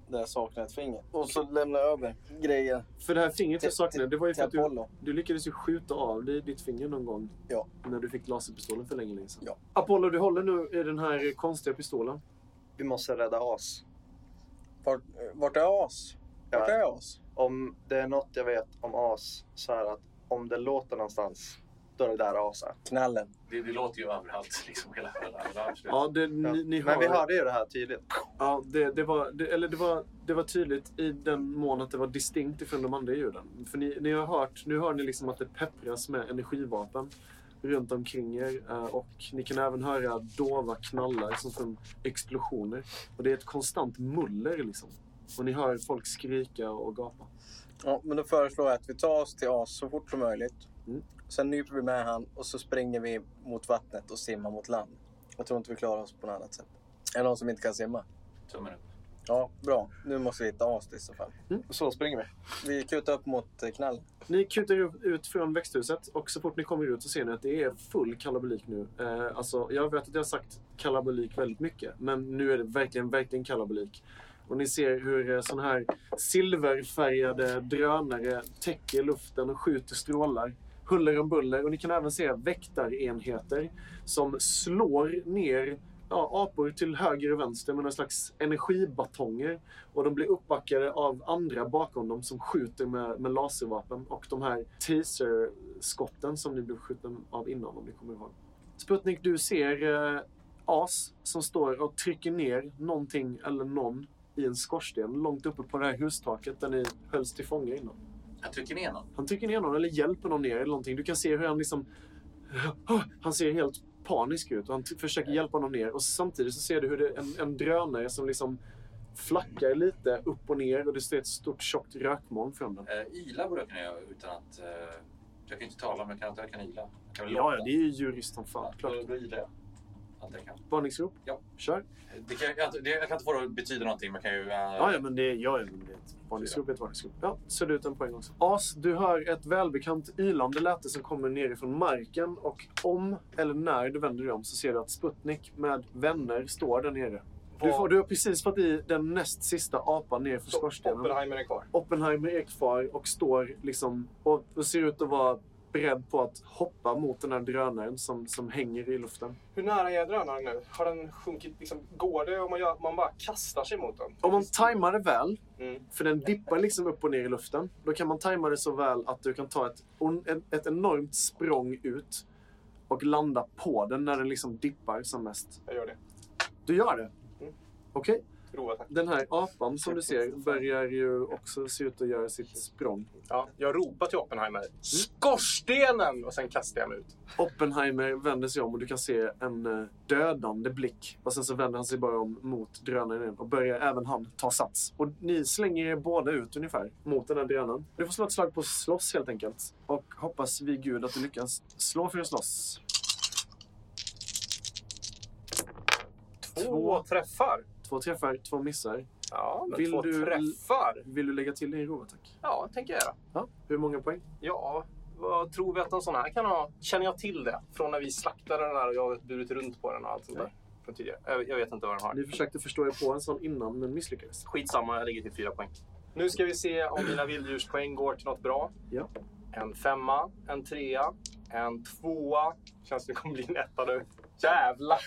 E: där jag saknar ett finger. Och så lämnar jag över grejer
B: För det här fingret jag
E: Till-
B: saknade, det var ju för
E: till
B: att du,
E: Apollo.
B: du lyckades ju skjuta av dig ditt finger någon gång.
E: Ja.
B: När du fick laserpistolen för länge, länge sedan.
E: Ja.
B: Apollo, du håller nu i den här konstiga pistolen.
G: Vi måste rädda as.
E: Vart, vart är as? Vart är as?
G: Om det är något jag vet om as så är det att om det låter någonstans, då är det där as är.
E: Knallen.
F: Det, det låter ju överallt. Liksom, hela, hela, hela, absolut.
B: Ja, det, ni, ni
G: Men vi
B: hör-
G: hörde ju det här tydligt.
B: Ja, det, det, var, det, eller det, var, det var tydligt i den mån att det var distinkt ifrån de andra ljuden. För ni, ni har hört, nu hör ni liksom att det peppras med energivapen runt omkring er eh, och ni kan även höra dova knallar som, som explosioner. Och det är ett konstant muller liksom. Och ni hör folk skrika och gapa.
E: Ja, men då föreslår jag att vi tar oss till as så fort som möjligt.
B: Mm.
E: Sen nyper vi med han och så springer vi mot vattnet och simmar mot land. Jag tror inte vi klarar oss på något annat sätt. Är det någon som inte kan simma?
F: Tummen upp.
E: Ja, bra. Nu måste vi hitta as i så fall.
G: Så springer vi.
E: Vi kutar upp mot eh, knallen.
B: Ni kutar ju ut från växthuset och så fort ni kommer ut så ser ni att det är full kalabalik nu. Eh, alltså, jag vet att jag har sagt kalabalik väldigt mycket, men nu är det verkligen, verkligen kalabalik. Och ni ser hur eh, såna här silverfärgade drönare täcker luften och skjuter strålar. Huller om buller. Och ni kan även se väktarenheter som slår ner ja, apor till höger och vänster med någon slags energibatonger. Och de blir uppbackade av andra bakom dem som skjuter med, med laservapen och de här taserskotten som ni blev skjutna av innan om ni kommer ihåg. Sputnik, du ser eh, As som står och trycker ner någonting eller någon i en skorsten långt uppe på det här hustaket där ni hölls till fånga innan.
F: Jag trycker ner någon.
B: Han trycker ner någon eller hjälper någon ner eller någonting. Du kan se hur han liksom... Han ser helt panisk ut och han t- försöker hjälpa någon ner. Och samtidigt så ser du hur det är en, en drönare som liksom flackar lite upp och ner och det står ett stort tjockt rökmoln från den.
F: Eh, ila borde jag kunna göra utan att... Eh, jag kan ju inte tala, men jag kan, jag kan ila. Jag kan väl
B: Ja, Mm.
F: låta.
B: ja, det är ju jurist som fan.
F: Ja,
B: Klart.
F: Då, då ilar jag. Allt jag kan.
B: Varningsrop?
F: Ja.
B: Kör.
F: Det kan jag, det, jag kan inte få det att betyda någonting, men jag kan ju... eh,
B: Ja, ja, men det är jag. Men det är ett varningsrop är ett varningsrop. Ja, så det ut en poäng också. As, du hör ett välbekant ylande läte som kommer nerifrån marken och om eller när du vänder dig om så ser du att Sputnik med vänner står där nere. Du, får, du har precis fått i den näst sista apan ner för skorstenen.
D: Oppenheimer är kvar.
B: Oppenheimer är kvar och står liksom och, och ser ut att vara beredd på att hoppa mot den här drönaren som, som hänger i luften.
D: Hur nära är drönaren nu? Har den sjunkit? Liksom, går det om man, gör, man bara kastar sig mot den?
B: Om man tajmar det väl
D: Mm.
B: För den dippar liksom upp och ner i luften. Då kan man tajma det så väl att du kan ta ett, on- ett enormt språng ut och landa på den när den liksom dippar som mest.
D: Jag gör det.
B: Du gör det?
D: Mm.
B: Okej.
D: Grova attack.
B: Den här apan som du ser börjar ju också se ut att göra sitt språng.
D: Ja, jag ropar till Oppenheimer.
B: Mm.
D: Skorstenen! Och sen kastar jag mig ut.
B: Oppenheimer vänder sig om och du kan se en eh, dödande blick. Och sen så vänder han sig bara om mot drönaren igen och börjar även han ta sats. Och ni slänger er båda ut ungefär mot den här drönaren. Du får slå ett slag på slåss helt enkelt. Och hoppas vid gud att du lyckas. Slå för att slåss.
D: Två träffar.
B: Två träffar, två missar.
D: Ja, men
B: Vill
D: två
B: du-
D: träffar.
B: Vill du lägga till din rovattack?
D: Ja, det tänker jag göra.
B: Ja. Hur många poäng?
D: Ja, vad tror vi att en sån här kan ha? Känner jag till det? Från när vi slaktade den här och jag har burit runt på den och allt sånt där. Från tidigare. Jag, jag vet inte vad den har.
B: Ni försökte förstå er på en sån innan men misslyckades.
D: Skitsamma, jag ligger till fyra poäng. Nu ska vi se om mina vilddjurspoäng går till något bra.
B: Ja.
D: En femma, en trea, en tvåa. Känns det kommer bli en etta nu. Jävlar!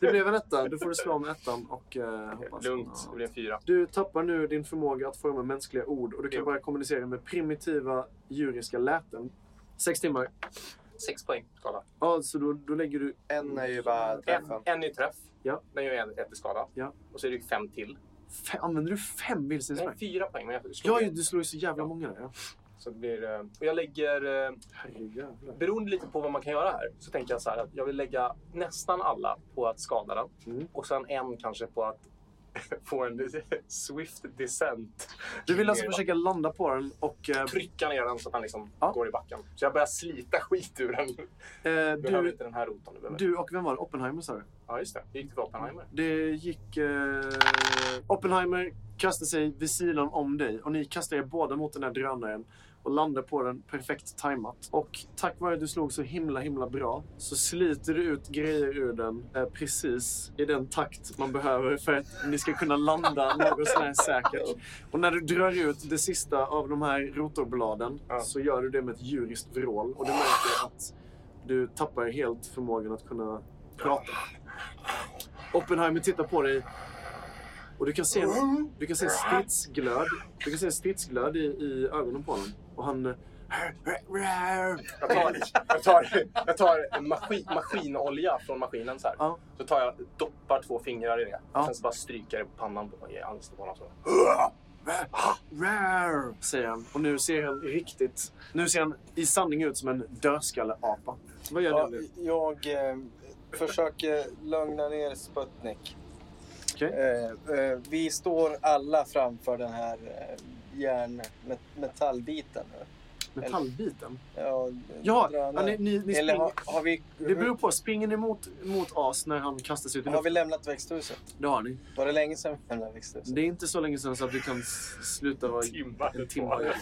B: Det blev en etta. Då får du slå med ettan och eh, hoppas.
D: Lugnt, det blir en fyra.
B: Du tappar nu din förmåga att forma mänskliga ord och du kan
D: Jo.
B: bara kommunicera med primitiva djuriska läten. Sex timmar.
D: Sex poäng. Skada.
B: Ja, så då, då lägger du...
G: En är ju bara
D: En,
G: träffen.
D: en i träff.
B: Ja.
D: Den gör en ett i skada.
B: Ja.
D: Och så är det ju fem till.
B: Fem, använder du fem
D: Nej,
B: vildsvinspoäng?
D: fyra poäng. Men jag
B: Ja,
D: slår
B: ju,
D: igen.
B: du slår ju så jävla
D: Ja.
B: många där. Ja.
D: Så det blir, eh, och jag lägger... eh,
B: Herrejävlar.
D: Beroende lite på vad man kan göra här så tänker jag så här att jag vill lägga nästan alla på att skada den
B: Mm.
D: och sen en kanske på att få en swift descent.
B: Du vill alltså
D: Ner i
B: försöka landa på den och eh,
D: backen. trycka ner den så att den liksom
B: Ja.
D: går i backen. Så jag börjar slita skit ur den. Du
B: eh,
D: behöver
B: du,
D: inte den här roten du behöver.
B: du och vem var det? Oppenheimer sa du?
D: Ja, just det. Det gick till Oppenheimer.
B: Det gick... Eh, Oppenheimer kastade sig vid sidan om dig och ni kastade er båda mot den här drönaren. och landar på den perfekt tajmat. Och tack vare att du slog så himla, himla bra så sliter du ut grejer ur den eh, precis i den takt man behöver för att ni ska kunna landa något sånär säkert. Och när du drar ut det sista av de här rotorbladen
D: Ja.
B: så gör du det med ett djuriskt vrål och du märker att du tappar helt förmågan att kunna prata. Oppenheimer tittar på dig och du kan se en du kan se stridsglöd. Du kan se stridsglöd i, i ögonen på honom. Och han... eh,
D: Jag tar, jag tar, jag tar maskin, maskinolja från maskinen så här.
B: Ja.
D: Så tar jag, doppar två fingrar i det.
B: Ja.
D: Sen så bara stryker jag det på pannan på, i ansiktet på honom. Så.
B: "Rar", Säger han. Och nu ser han riktigt... Nu ser han i sanning ut som en dödskalleapa. Vad gör
E: Ja,
B: du?
E: jag eh, försöker lugna ner Sputnik.
B: Okej.
E: Eh, eh, vi står alla framför den här eh, järnmetallbiten.
B: Metallbiten?
E: Ja,
B: Ja,
E: drönare.
B: ja, ni, ni, ni
E: Eller
B: springer...
E: har, har, vi,
B: Det beror på. Springer ni mot, mot As när han kastas ut i
E: har vi
B: luften?
E: lämnat växthuset?
B: Det har ni.
E: Var det länge sedan vi lämnade växthuset?
B: Det är inte så länge sedan så att du kan s- sluta vara... En timme.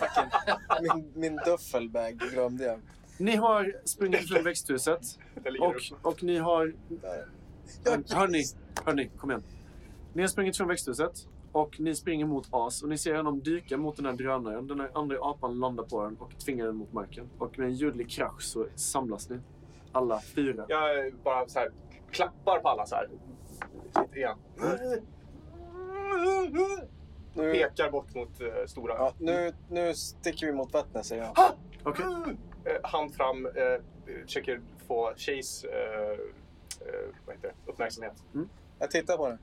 E: Min, min duffelbag glömde jag.
B: Ni har sprungit från växthuset. Och, och ni har... Hör- Hörni, hörni, kom igen. Ni har sprungit från växthuset och ni springer mot As och ni ser honom dyka mot den här drönaren. Den här andra apan landar på den och tvingar den mot marken. Och med en ljudlig krasch så samlas ni. Alla fyra.
D: Jag bara så här, klappar på alla så här. Lite grann.
E: Nu,
D: Pekar bort mot eh, stora.
E: ja, nu, nu sticker vi mot vattnet säger jag.
B: Okej.
D: Eh, hand fram, eh, försöker få Chase eh, eh, vad heter det? uppmärksamhet.
E: Jag tittar på den.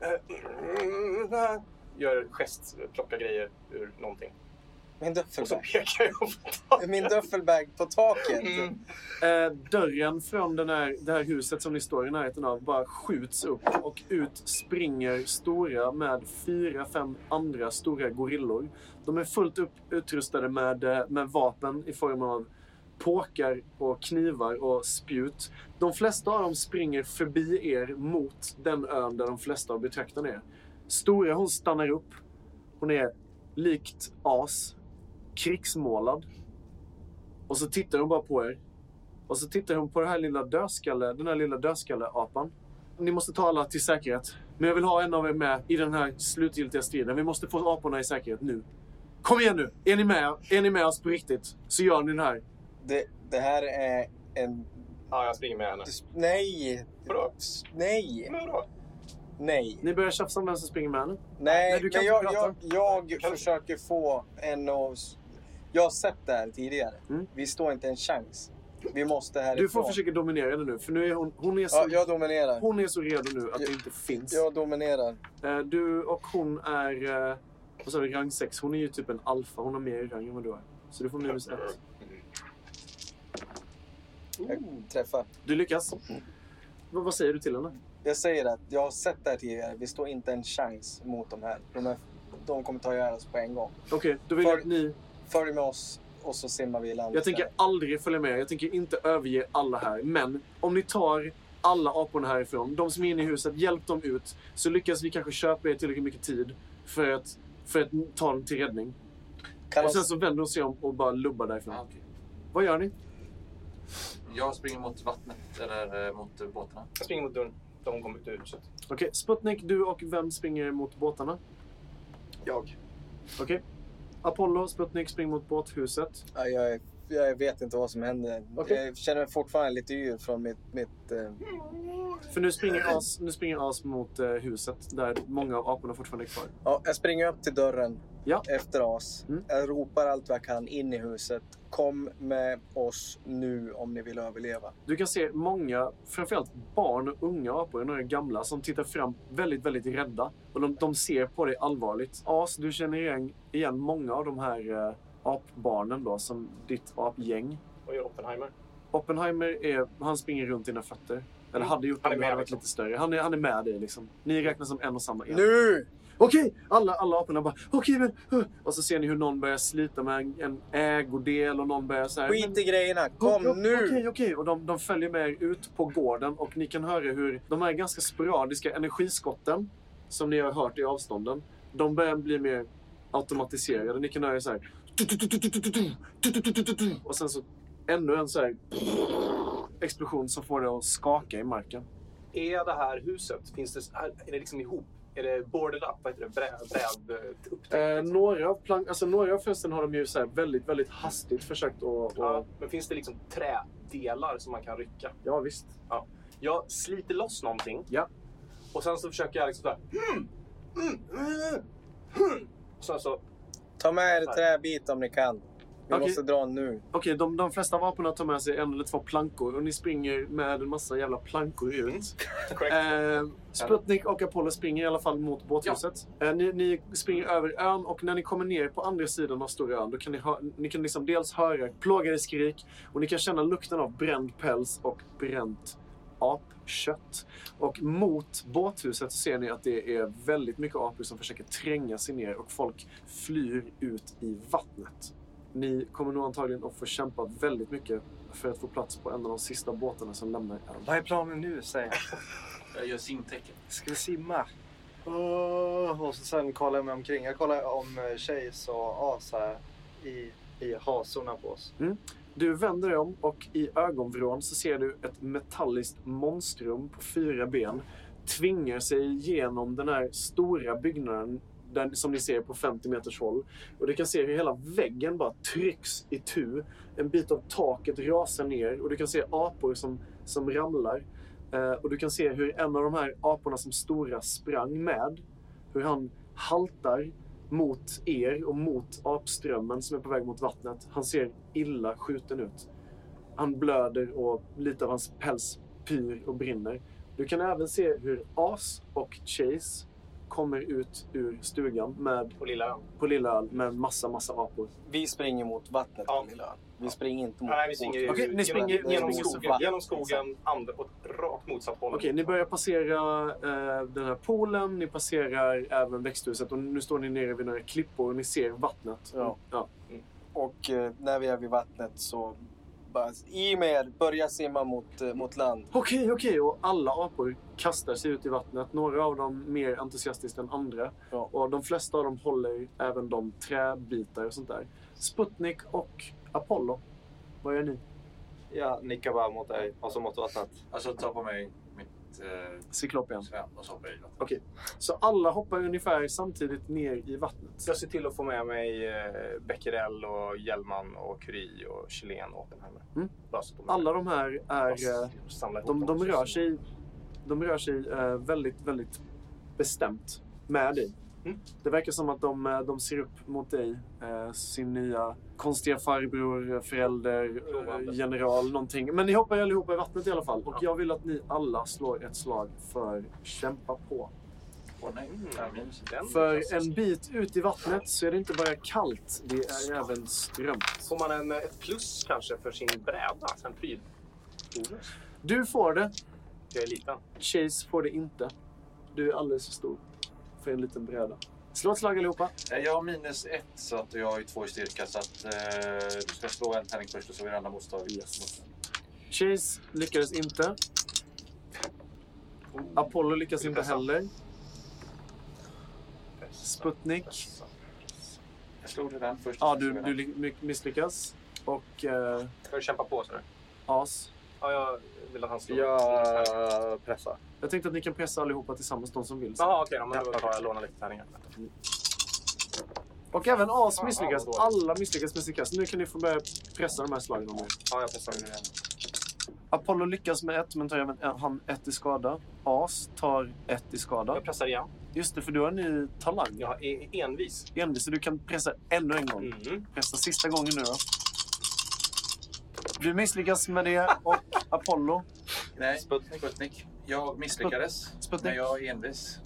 D: Eh, Gör gest, plockar grejer ur någonting.
E: Min
D: Och så
E: duffelbag.
D: pekar jag på taket.
E: Min duffelbag på taket.
D: Mm.
B: Eh, dörren från den här, det här huset som ni står i närheten av bara skjuts upp och ut springer stora med fyra, fem andra stora gorillor. De är fullt upp utrustade med, eh, med vapen i form av påkar och knivar och spjut. De flesta av dem springer förbi er mot den ön där de flesta av betraktarna är. Stora hon stannar upp. Hon är likt as, krigsmålad. Och så tittar hon bara på er. Och så tittar hon på det här lilla dödskalle, den här lilla dödskalleapan. Ni måste ta alla till säkerhet. Men jag vill ha en av er med i den här slutgiltiga striden. Vi måste få aporna i säkerhet nu. Kom igen nu! Är ni med, är ni med oss på riktigt så gör ni den här.
E: Det, det här är en...
D: Ja, jag springer med henne.
E: Nej!
D: Vadå?
E: Nej!
D: Men vadå?
E: Nej!
B: Ni börjar tjafsa om vem som springer med nu. Nej,
E: Nej,
B: du kan
E: men
B: inte
E: jag,
B: prata.
E: jag, jag försöker få en av... oss- Jag har sett det här tidigare.
B: Mm.
E: Vi står inte en chans. Vi måste härifrån.
B: Du får försöka dominera det nu, för nu är hon, hon, är
E: Ja,
B: så,
E: jag dominerar.
B: hon är så redo nu att det inte finns.
E: Jag dominerar.
B: Eh, Du och hon är... eh, Vad sa du? Rang 6. Hon är ju typ en alfa. Hon har mer i rang än vad du är. Så du får minus 1.
E: Jag träffar.
B: Du lyckas. Vad vad säger du till henne?
E: Jag säger att jag har sett det här tidigare. Vi står inte en chans mot de här. De, här, de kommer ta ihjäl oss på en gång.
B: Okej, då vill jag
E: För-
B: att ni...
E: Följ med oss och så simmar vi i land.
B: Jag tänker aldrig följa med. Jag tänker inte överge alla här. Men om ni tar alla aporna härifrån, de som är inne i huset, hjälp dem ut. Så lyckas vi kanske köpa er tillräckligt mycket tid för att, för att ta dem till räddning.
E: Kan
B: Och sen
E: oss,
B: så vänder hon sig om och bara lubbar därifrån.
F: Ah, okej.
B: Vad gör ni?
F: Jag springer mot vattnet eller eh, mot eh, båtarna.
D: Jag springer mot dörren. där Hon kom ut ur huset.
B: Okej, Sputnik, du och vem springer mot båtarna?
G: Jag.
B: Okej. Apollo, Sputnik springer mot båthuset.
E: ja, jag, jag vet inte vad som händer.
B: Okej.
E: Jag känner mig fortfarande lite yr från mitt... mitt eh,
B: För nu springer As, nu springer As mot eh, huset där många av aporna fortfarande är kvar.
E: Ja, jag springer upp till dörren
B: Ja.
E: efter as.
B: Mm.
E: Jag ropar allt vad jag kan in i huset. Kom med oss nu om ni vill överleva.
B: Du kan se många, framförallt barn och unga apor, några gamla, som tittar fram väldigt, väldigt rädda. Och de, de ser på dig allvarligt. As, du känner igen, igen många av de här eh, apbarnen då, som ditt apgäng.
D: Vad gör Oppenheimer?
B: Oppenheimer är, han springer runt dina fötter. Eller hade gjort om
D: Han är
B: det
D: med,
B: hade varit
D: liksom.
B: lite större. Han är, han är med dig liksom. Ni räknas som en och samma. enhet.
E: Nu!
B: Okej, alla, alla aporna bara okej men... uh." Och så ser ni hur någon börjar slita med en, en ägodel och någon börjar så här... "Men-
E: Skit i grejerna.
B: Kom
E: Kom
B: nu! Okej,
E: nu!
B: okej. Och de, de följer med er ut på gården och ni kan höra hur de här ganska sporadiska energiskotten som ni har hört i avstånden, de börjar bli mer automatiserade. Ni kan höra så här... Och sen så ännu en så här explosion som får det att skaka i marken.
D: Är det här huset, finns det, är det liksom ihop? Är det boarded up? Vad heter det? Bräd, bräd, eh, upp?
B: Eh, några, av plank, alltså några av fönstren har de ju så här väldigt, väldigt hastigt försökt att...
D: Ja,
B: att
D: men finns det liksom trädelar som man kan rycka?
B: ja, visst.
D: Jag sliter loss någonting.
B: Ja.
D: Och sen så försöker jag liksom såhär... Mm, mm, mm, mm. Och sen så...
C: Ta med er träbit om ni kan. Vi
B: Okej.
C: måste dra nu.
B: Okej, de, de flesta vapnen tar med sig en eller två plankor och ni springer med en massa jävla plankor ut. Eh, Sputnik och Apollo springer i alla fall mot båthuset. Eh, ni, ni springer över ön och när ni kommer ner på andra sidan av stora ön då kan ni, hö- ni kan liksom dels höra plågade skrik och ni kan känna lukten av bränd päls och bränt apkött. Och mot båthuset så ser ni att det är väldigt mycket apor som försöker tränga sig ner och folk flyr ut i vattnet. Ni kommer nog antagligen att få kämpa väldigt mycket för att få plats på en av de sista båtarna som lämnar ön.
G: Vad är planen nu, säger jag.
F: Jag gör simtecken.
G: Ska vi simma? Åh, och så sen kollar jag mig omkring. Jag kollar om eh, Chase och As här i, i hasorna på oss.
B: Du vänder dig om och i ögonvrån så ser du ett metalliskt monstrum på fyra ben tvingar sig genom den här stora byggnaden där, som ni ser på 50 meters håll. Och du kan se hur hela väggen bara trycks i tu. En bit av taket rasar ner och du kan se apor som, som ramlar. Eh, och du kan se hur en av de här aporna som Stora sprang med, hur han haltar mot er och mot apströmmen som är på väg mot vattnet. Han ser illa skjuten ut. Han blöder och lite av hans päls pyr och brinner. Du kan även se hur As och Chase kommer ut ur stugan med,
D: På lilla ön.
B: på Lilla Öl med en massa, massa apor.
E: Vi springer mot vattnet,
D: Ja.
E: Camilla. Vi springer inte mot
D: Nej, vi springer
B: Okej, ni springer-
D: genom,
B: ni
D: genom
B: springer så
D: skogen,
B: fort.
D: genom skogen and, åt rakt motsatt håll.
B: Okej, ni börjar passera eh, den här poolen, ni passerar även växthuset och nu står ni nere vid några klippor och ni ser vattnet.
E: Ja. Och eh, när vi är vid vattnet så bara i med er, börja simma mot, eh, mot land.
B: Okej, okej. Och alla apor kastar sig ut i vattnet. Några av dem mer entusiastiskt än andra.
E: Ja.
B: Och de flesta av dem håller även de träbitar och sånt där. Sputnik och Apollo. Vad gör ni?
G: Jag nickar bara mot dig och så mot vattnet.
F: Alltså ta på mig mitt eh,
B: Cyklopien.
F: svamp och så hoppar jag i vattnet.
B: Så alla hoppar ungefär samtidigt ner i vattnet.
D: Jag ser till att få med mig eh, Becquerel och Hjelman och Curie och Chilen och Oppenheimer.
B: Mm.
D: Bara så att de-
B: Alla de här är... eh,
D: Bara samla ihop
B: De,
D: dem.
B: de rör sig, de rör sig eh, väldigt, väldigt bestämt med dig.
D: Mm.
B: Det verkar som att de, eh, de ser upp mot dig, eh, sin nya konstiga farbror, förälder,
D: Lovande.
B: eh, general, någonting. Men ni hoppar ju allihopa i vattnet i alla fall. Och jag vill att ni alla slår ett slag för kämpa på.
F: Åh nej,
D: Mm.
F: jag minns.
D: Den
B: För en bit ut i vattnet så är det inte bara kallt, det är även strömt.
D: Får man en, eh, ett plus kanske för sin bräda? En pryl? Bonus?
B: Du får det,
D: Jag är liten.
B: Chase får det inte. Du är alldeles för stor för en liten bräda. Slå ett slag allihopa.
F: Eh, Jag har minus ett så att och jag har ju två i styrka så att eh, du ska slå en tärning först och så är det andra motståndet.
B: Yes. Chase lyckades inte. Apollo lyckas inte
D: Lyckas han.
B: heller. Sputnik.
F: Jag slog det den först. och
B: Ja,
F: sen
B: du,
F: slog jag
B: du
F: den.
B: ly- misslyckas. Och eh,
D: Ska du kämpa på? Så
B: As.
D: ja, jag vill att han slår.
G: Jag pressar.
B: Jag tänkte att ni kan pressa allihopa tillsammans, de som vill.
D: Jaha, okej. Okay, då tar jag låna lite tärningar.
B: Och även As
D: Fan,
B: misslyckas.
D: vad dåligt.
B: Alla misslyckas med sin kast. Nu kan ni få börja pressa de här slagen om er.
D: Ja, jag pressar.
F: Slog det den.
B: Apollo lyckas med ett, men tar även en- han ett i skada. As tar ett i skada.
D: Jag pressar igen.
B: Just det, för du har en ny talang.
D: Jag är envis.
B: Envis, så du kan pressa ännu en gång.
D: Mm.
B: Pressa sista gången nu då. Du misslyckas med det och Apollo.
F: Nej, Sputnik. Jag misslyckades.
B: Sputnik.
F: Men jag är envis.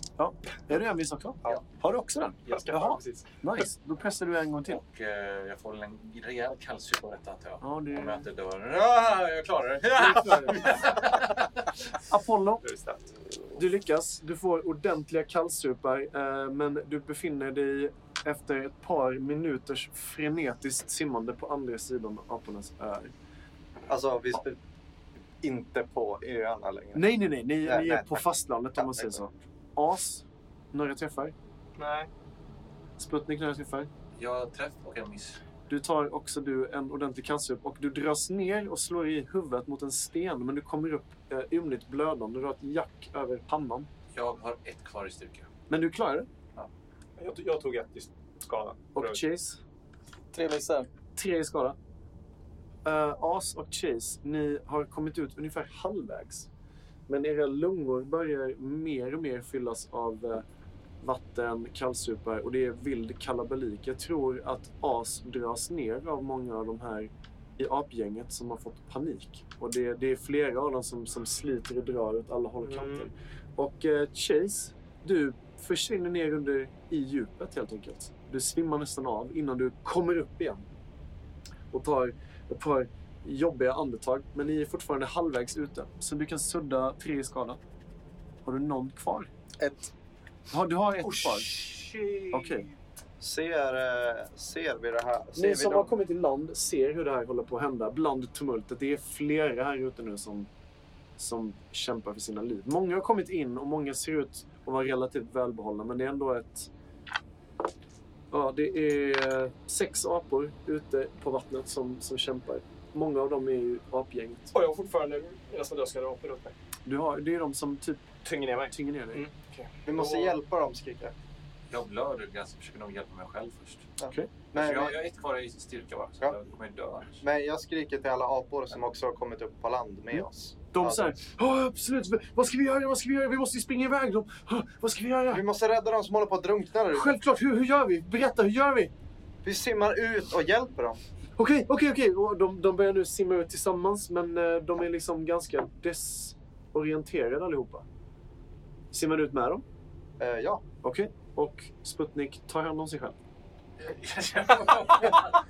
B: Är du envis också?
F: Ja.
B: Har du också den?
D: Jag ska
B: Jaha.
D: ta precis.
B: Nice. Då pressar du en gång till.
F: Och eh, jag får väl en rejäl kallsup av detta antar jag.
B: Ja,
F: Om jag
B: det...
F: inte dör. Ah, jag klarar det!
B: Apollo,
D: Nu är det ställt.
B: du lyckas. Du får ordentliga kallsupar, eh, men du befinner dig efter ett par minuters frenetiskt simmande på andra sidan apornas ö.
G: Alltså, vi sp- inte på öarna längre.
B: Nej, nej, nej. Ni,
G: Nej,
B: ni är
G: nej,
B: på
G: tack.
B: fastlandet om
G: Ja,
B: man säger
G: tack.
B: så. As, några träffar.
D: Nej.
B: Sputnik, några träffar.
F: Jag har träff och en miss.
B: Du tar också du en ordentlig kassup och du dras ner och slår i huvudet mot en sten men du kommer upp eh, ymnigt blödande. Du har ett jack över pannan.
F: Jag har ett kvar i styrka.
B: Men du klarar det.
D: Jag, to- jag tog ett i skada.
B: Och
D: Bra.
B: Chase,
E: Tre missar.
B: tre i skada. Eh, As och Chase, ni har kommit ut ungefär halvvägs. Men era lungor börjar mer och mer fyllas av eh, vatten, kallsupar och det är vild kalabalik. Jag tror att As dras ner av många av de här i apgänget som har fått panik. Och det, det är flera av dem som, som sliter och drar åt alla håll och kanter.
E: Mm.
B: Och eh, Chase, du försvinner ner under i djupet helt enkelt. Du svimmar nästan av innan du kommer upp igen. Och tar ett par jobbiga andetag. Men ni är fortfarande halvvägs ute. Så du kan sudda tre i skada. Har du någon kvar?
E: Ett.
B: Ja, du har ett
D: Oh,
B: kvar.
D: shit.
B: Okej.
G: Ser, eh, ser vi det här? Ser
B: Ni
G: vi
B: som har
G: dem?
B: kommit till land ser hur det här håller på att hända bland tumultet. Det är flera här ute nu som, som kämpar för sina liv. Många har kommit in och många ser ut att vara relativt välbehållna men det är ändå ett... Ja, det är sex apor ute på vattnet som, som kämpar. Många av dem är ju apgänget.
D: Och jag har fortfarande nästan dödskallade apor runt mig.
B: Du har, det är de som typ
D: Tynger ner mig.
B: tynger ner dig.
D: Mm.
G: Vi måste
D: Ja.
G: hjälpa dem, skriker
F: Jag blöder ganska, försöker nog hjälpa mig själv först.
G: men,
F: så jag, jag har ett kvar i styrka bara, så
G: Ja.
F: jag kommer ju dö annars.
G: men jag skriker till alla apor som också har kommit upp på land med
B: Mm.
G: oss.
B: De
G: Ja,
B: säger ja absolut, vad ska vi göra, vad ska vi göra, vi måste ju springa iväg dem. Åh, Vad ska vi göra?
G: Vi måste rädda dem som håller på att drunkna där ute.
B: Självklart, hur, hur gör vi? Berätta, hur gör vi?
G: Vi simmar ut och hjälper dem.
B: Okej, okej, okej. Och De, de börjar nu simma ut tillsammans, men eh, de är liksom ganska desorienterade allihopa. Simmar du ut med dem?
G: Eh, ja.
B: Okej. Och Sputnik tar hand om sig själv.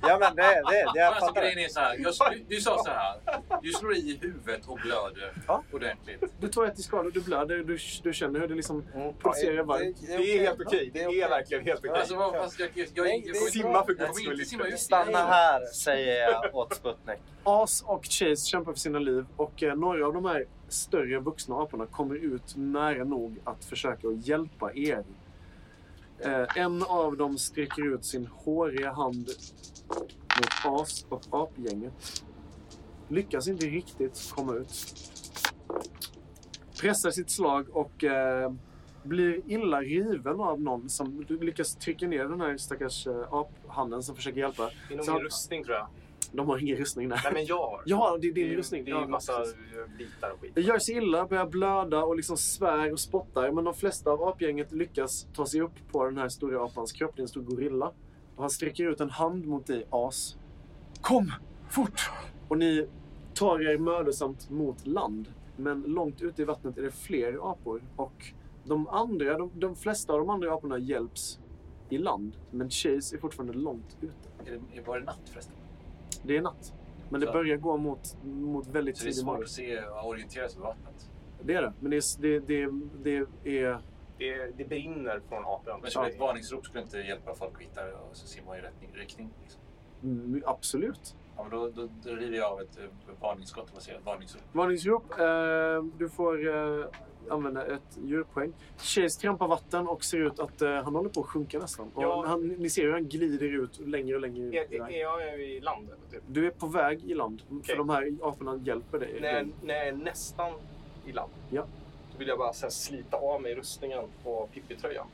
G: ja, men det, det, det jag
F: Alltså,
G: fattar.
F: grejen är så här, jag, du, du sa så här, du slår i huvudet och blöder
B: Ja.
F: ordentligt.
B: Du tar ett i skalet, du blöder, du, du känner hur det liksom
E: Mm.
B: pulserar varmt.
D: Det är helt okej. Det är verkligen helt okej.
F: Alltså, vad, fast jag, jag, jag,
E: Nej,
F: jag,
E: det är
F: kommer-
D: simma för
F: jag
D: guds
F: kommer
D: skull.
F: inte simma
E: liksom.
F: ut.
G: Stanna här, säger jag åt Sputnik.
B: As och Chase kämpar för sina liv och eh, några av de här större vuxna aporna kommer ut nära nog att försöka att hjälpa er. Eh, en av dem sträcker ut sin håriga hand mot As och apgänget. Lyckas inte riktigt komma ut. Pressar sitt slag och eh, blir illa riven av någon som lyckas trycka ner den här stackars eh, aphanden som försöker hjälpa.
D: Det är nog
B: Så-
D: min rustning tror jag.
B: De har ingen rustning där.
D: Nej men jag har.
B: Ja, det är
D: Det är
B: din
D: ju
B: rustning.
D: det är ju
B: Ja,
D: massa
B: precis.
D: bitar och skit.
B: Det gör sig illa, börjar blöda och liksom svär och spottar. Men de flesta av apgänget lyckas ta sig upp på den här stora apans kropp. Det är en stor gorilla. Och han sträcker ut en hand mot dig, as. Kom! Fort! Och ni tar er mödosamt mot land. Men långt ute i vattnet är det fler apor. Och de andra, de, de flesta av de andra aporna hjälps i land. Men Chase är fortfarande långt ute.
F: Är det, var det natt förresten?
B: Det är natt. Men det
F: Så.
B: börjar gå mot, mot väldigt
F: Så det är
B: tidig
F: svårt
B: morgon.
F: att se och orientera sig över vattnet.
B: Det är det. Men det, är- det, det, det är...
D: Det, det brinner från apan.
F: Men som ett varningsrop skulle inte hjälpa folk att hitta det, och så simmar i rätt riktning. Liksom.
B: Mm, absolut.
F: Ja, men då, då, då river jag av ett eh, varningsskott, vad säger jag? Varningsrop.
B: Varningsrop. Eh, du får eh, använda ett djurpoäng. Chase trampar vatten och ser ut att eh, han håller på att sjunka nästan. Och
D: Ja.
B: han, ni ser hur han glider ut längre och längre.
D: Är,
B: Ut.
D: är, E, är jag i land? eller Typ?
B: Du är på väg i land. För
D: Okej.
B: de här aporna hjälper dig.
D: När, jag- när jag är nästan i land.
B: Ja.
D: Då vill jag bara så här, slita av mig rustningen på Pippi-tröjan.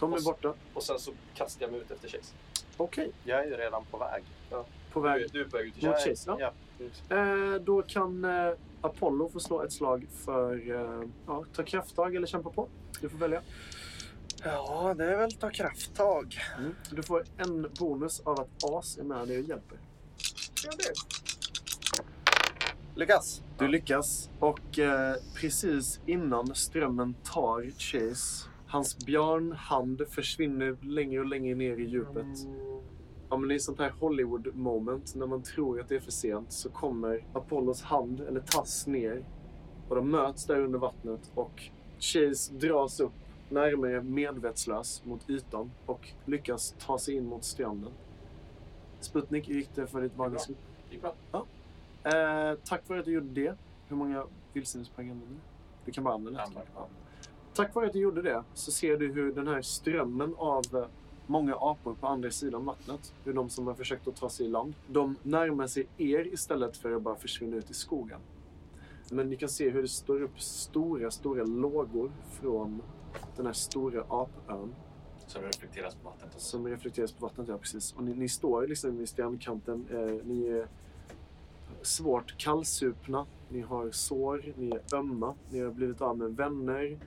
B: De är borta.
D: Och sen så kastar jag mig ut efter Chase.
B: Okej.
G: Jag är ju redan på väg.
B: På
D: Du,
B: väg
D: är- du är på väg ut i Chase.
B: mot
G: jag-
B: Chase. Ja. Eh,
G: ja.
B: då kan eh, Apollo få slå ett slag för eh, ja, ta krafttag eller kämpa på. Du får välja.
E: Ja, det är väl ta krafttag.
B: Mm. Du får en bonus av att As är med dig och hjälper.
D: Ja, det är det.
G: Lyckas!
B: Du lyckas och eh, precis innan strömmen tar Chase, hans björnhand försvinner längre och längre ner i djupet. Ja, men det är sånt här Hollywood moment. När man tror att det är för sent så kommer Apollos hand, eller tass, ner. Och de möts där under vattnet och Chase dras upp närmare medvetslös mot ytan och lyckas ta sig in mot stranden. Sputnik, hur gick det för ditt varningsrop?
F: Det gick bra.
B: Eh, tack vare att du gjorde det. Hur många vildsvinspoäng använde du? Du kan bara använda ett.
F: Andra.
B: Tack vare att du gjorde det så ser du hur den här strömmen av eh, många apor på andra sidan vattnet. Det är de som har försökt att ta sig i land. De närmar sig er istället för att bara försvinna ut i skogen. Men ni kan se hur det står upp stora, stora lågor från den här stora apön
F: Som reflekteras på vattnet. Och så.
B: som reflekteras på vattnet. Ja, precis. Och ni, ni står ju liksom vid strandkanten. Eh, ni är svårt kallsupna. Ni har sår, ni är ömma. Ni har blivit av med vänner,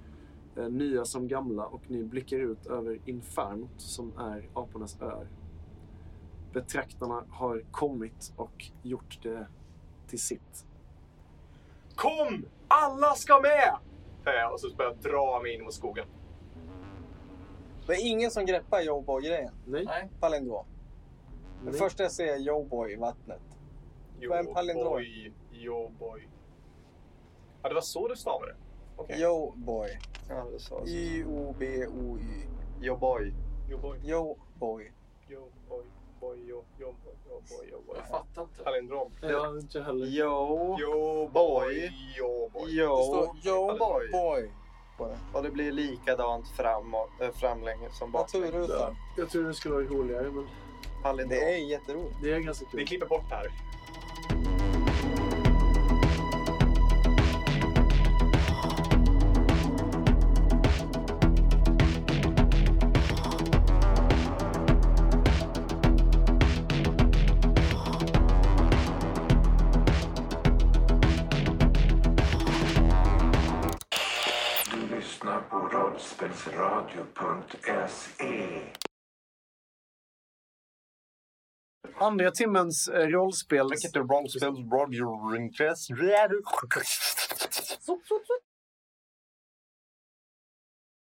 B: eh, nya som gamla. Och ni blickar ut över Infernot som är apornas öar. Betraktarna har kommit och gjort det till sitt.
D: Kom! Alla ska med! säger jag Och så börjar jag dra mig in mot skogen.
E: Det är ingen som greppar Joeboy-grejen.
B: Nej,
F: Nej.
E: Palindrom. Det
G: Mm.
B: nej.
E: första jag ser är Joeboy i vattnet.
D: Jo,
E: Vad är en palindrom?
D: boy, Jo, boy. Ja, det var så du stavade det. Okej.
E: Joeboy.
G: Ja, det sa jag.
E: Y-O-B-O-Y.
G: Yo boy.
D: Jo, boy.
E: Joeboy.
D: Jo, boy. Boy, jo, jo, boy, jo, boy, jo, boy.
F: Jag fattar inte.
D: Palindrom.
B: Jag vet inte heller.
G: Yo.
D: Jo,
G: Boy.
D: Jo, boy.
E: Det
G: Yo.
E: står Joeboy.
G: Palindrom.
E: Boy.
G: Och det blir likadant framåt, äh, framlänges som baklänges.
E: Naturrutan.
B: Jag tror det skulle vara roligare, men
G: Palindrom.
E: Det är jätteroligt.
B: det är ganska
D: Vi
B: kul.
D: klipper bort det här.
A: Du lyssnar på rollspelsradio.se
B: Andra timmens eh, rollspels...
G: wrong spells, Roger Ringfest.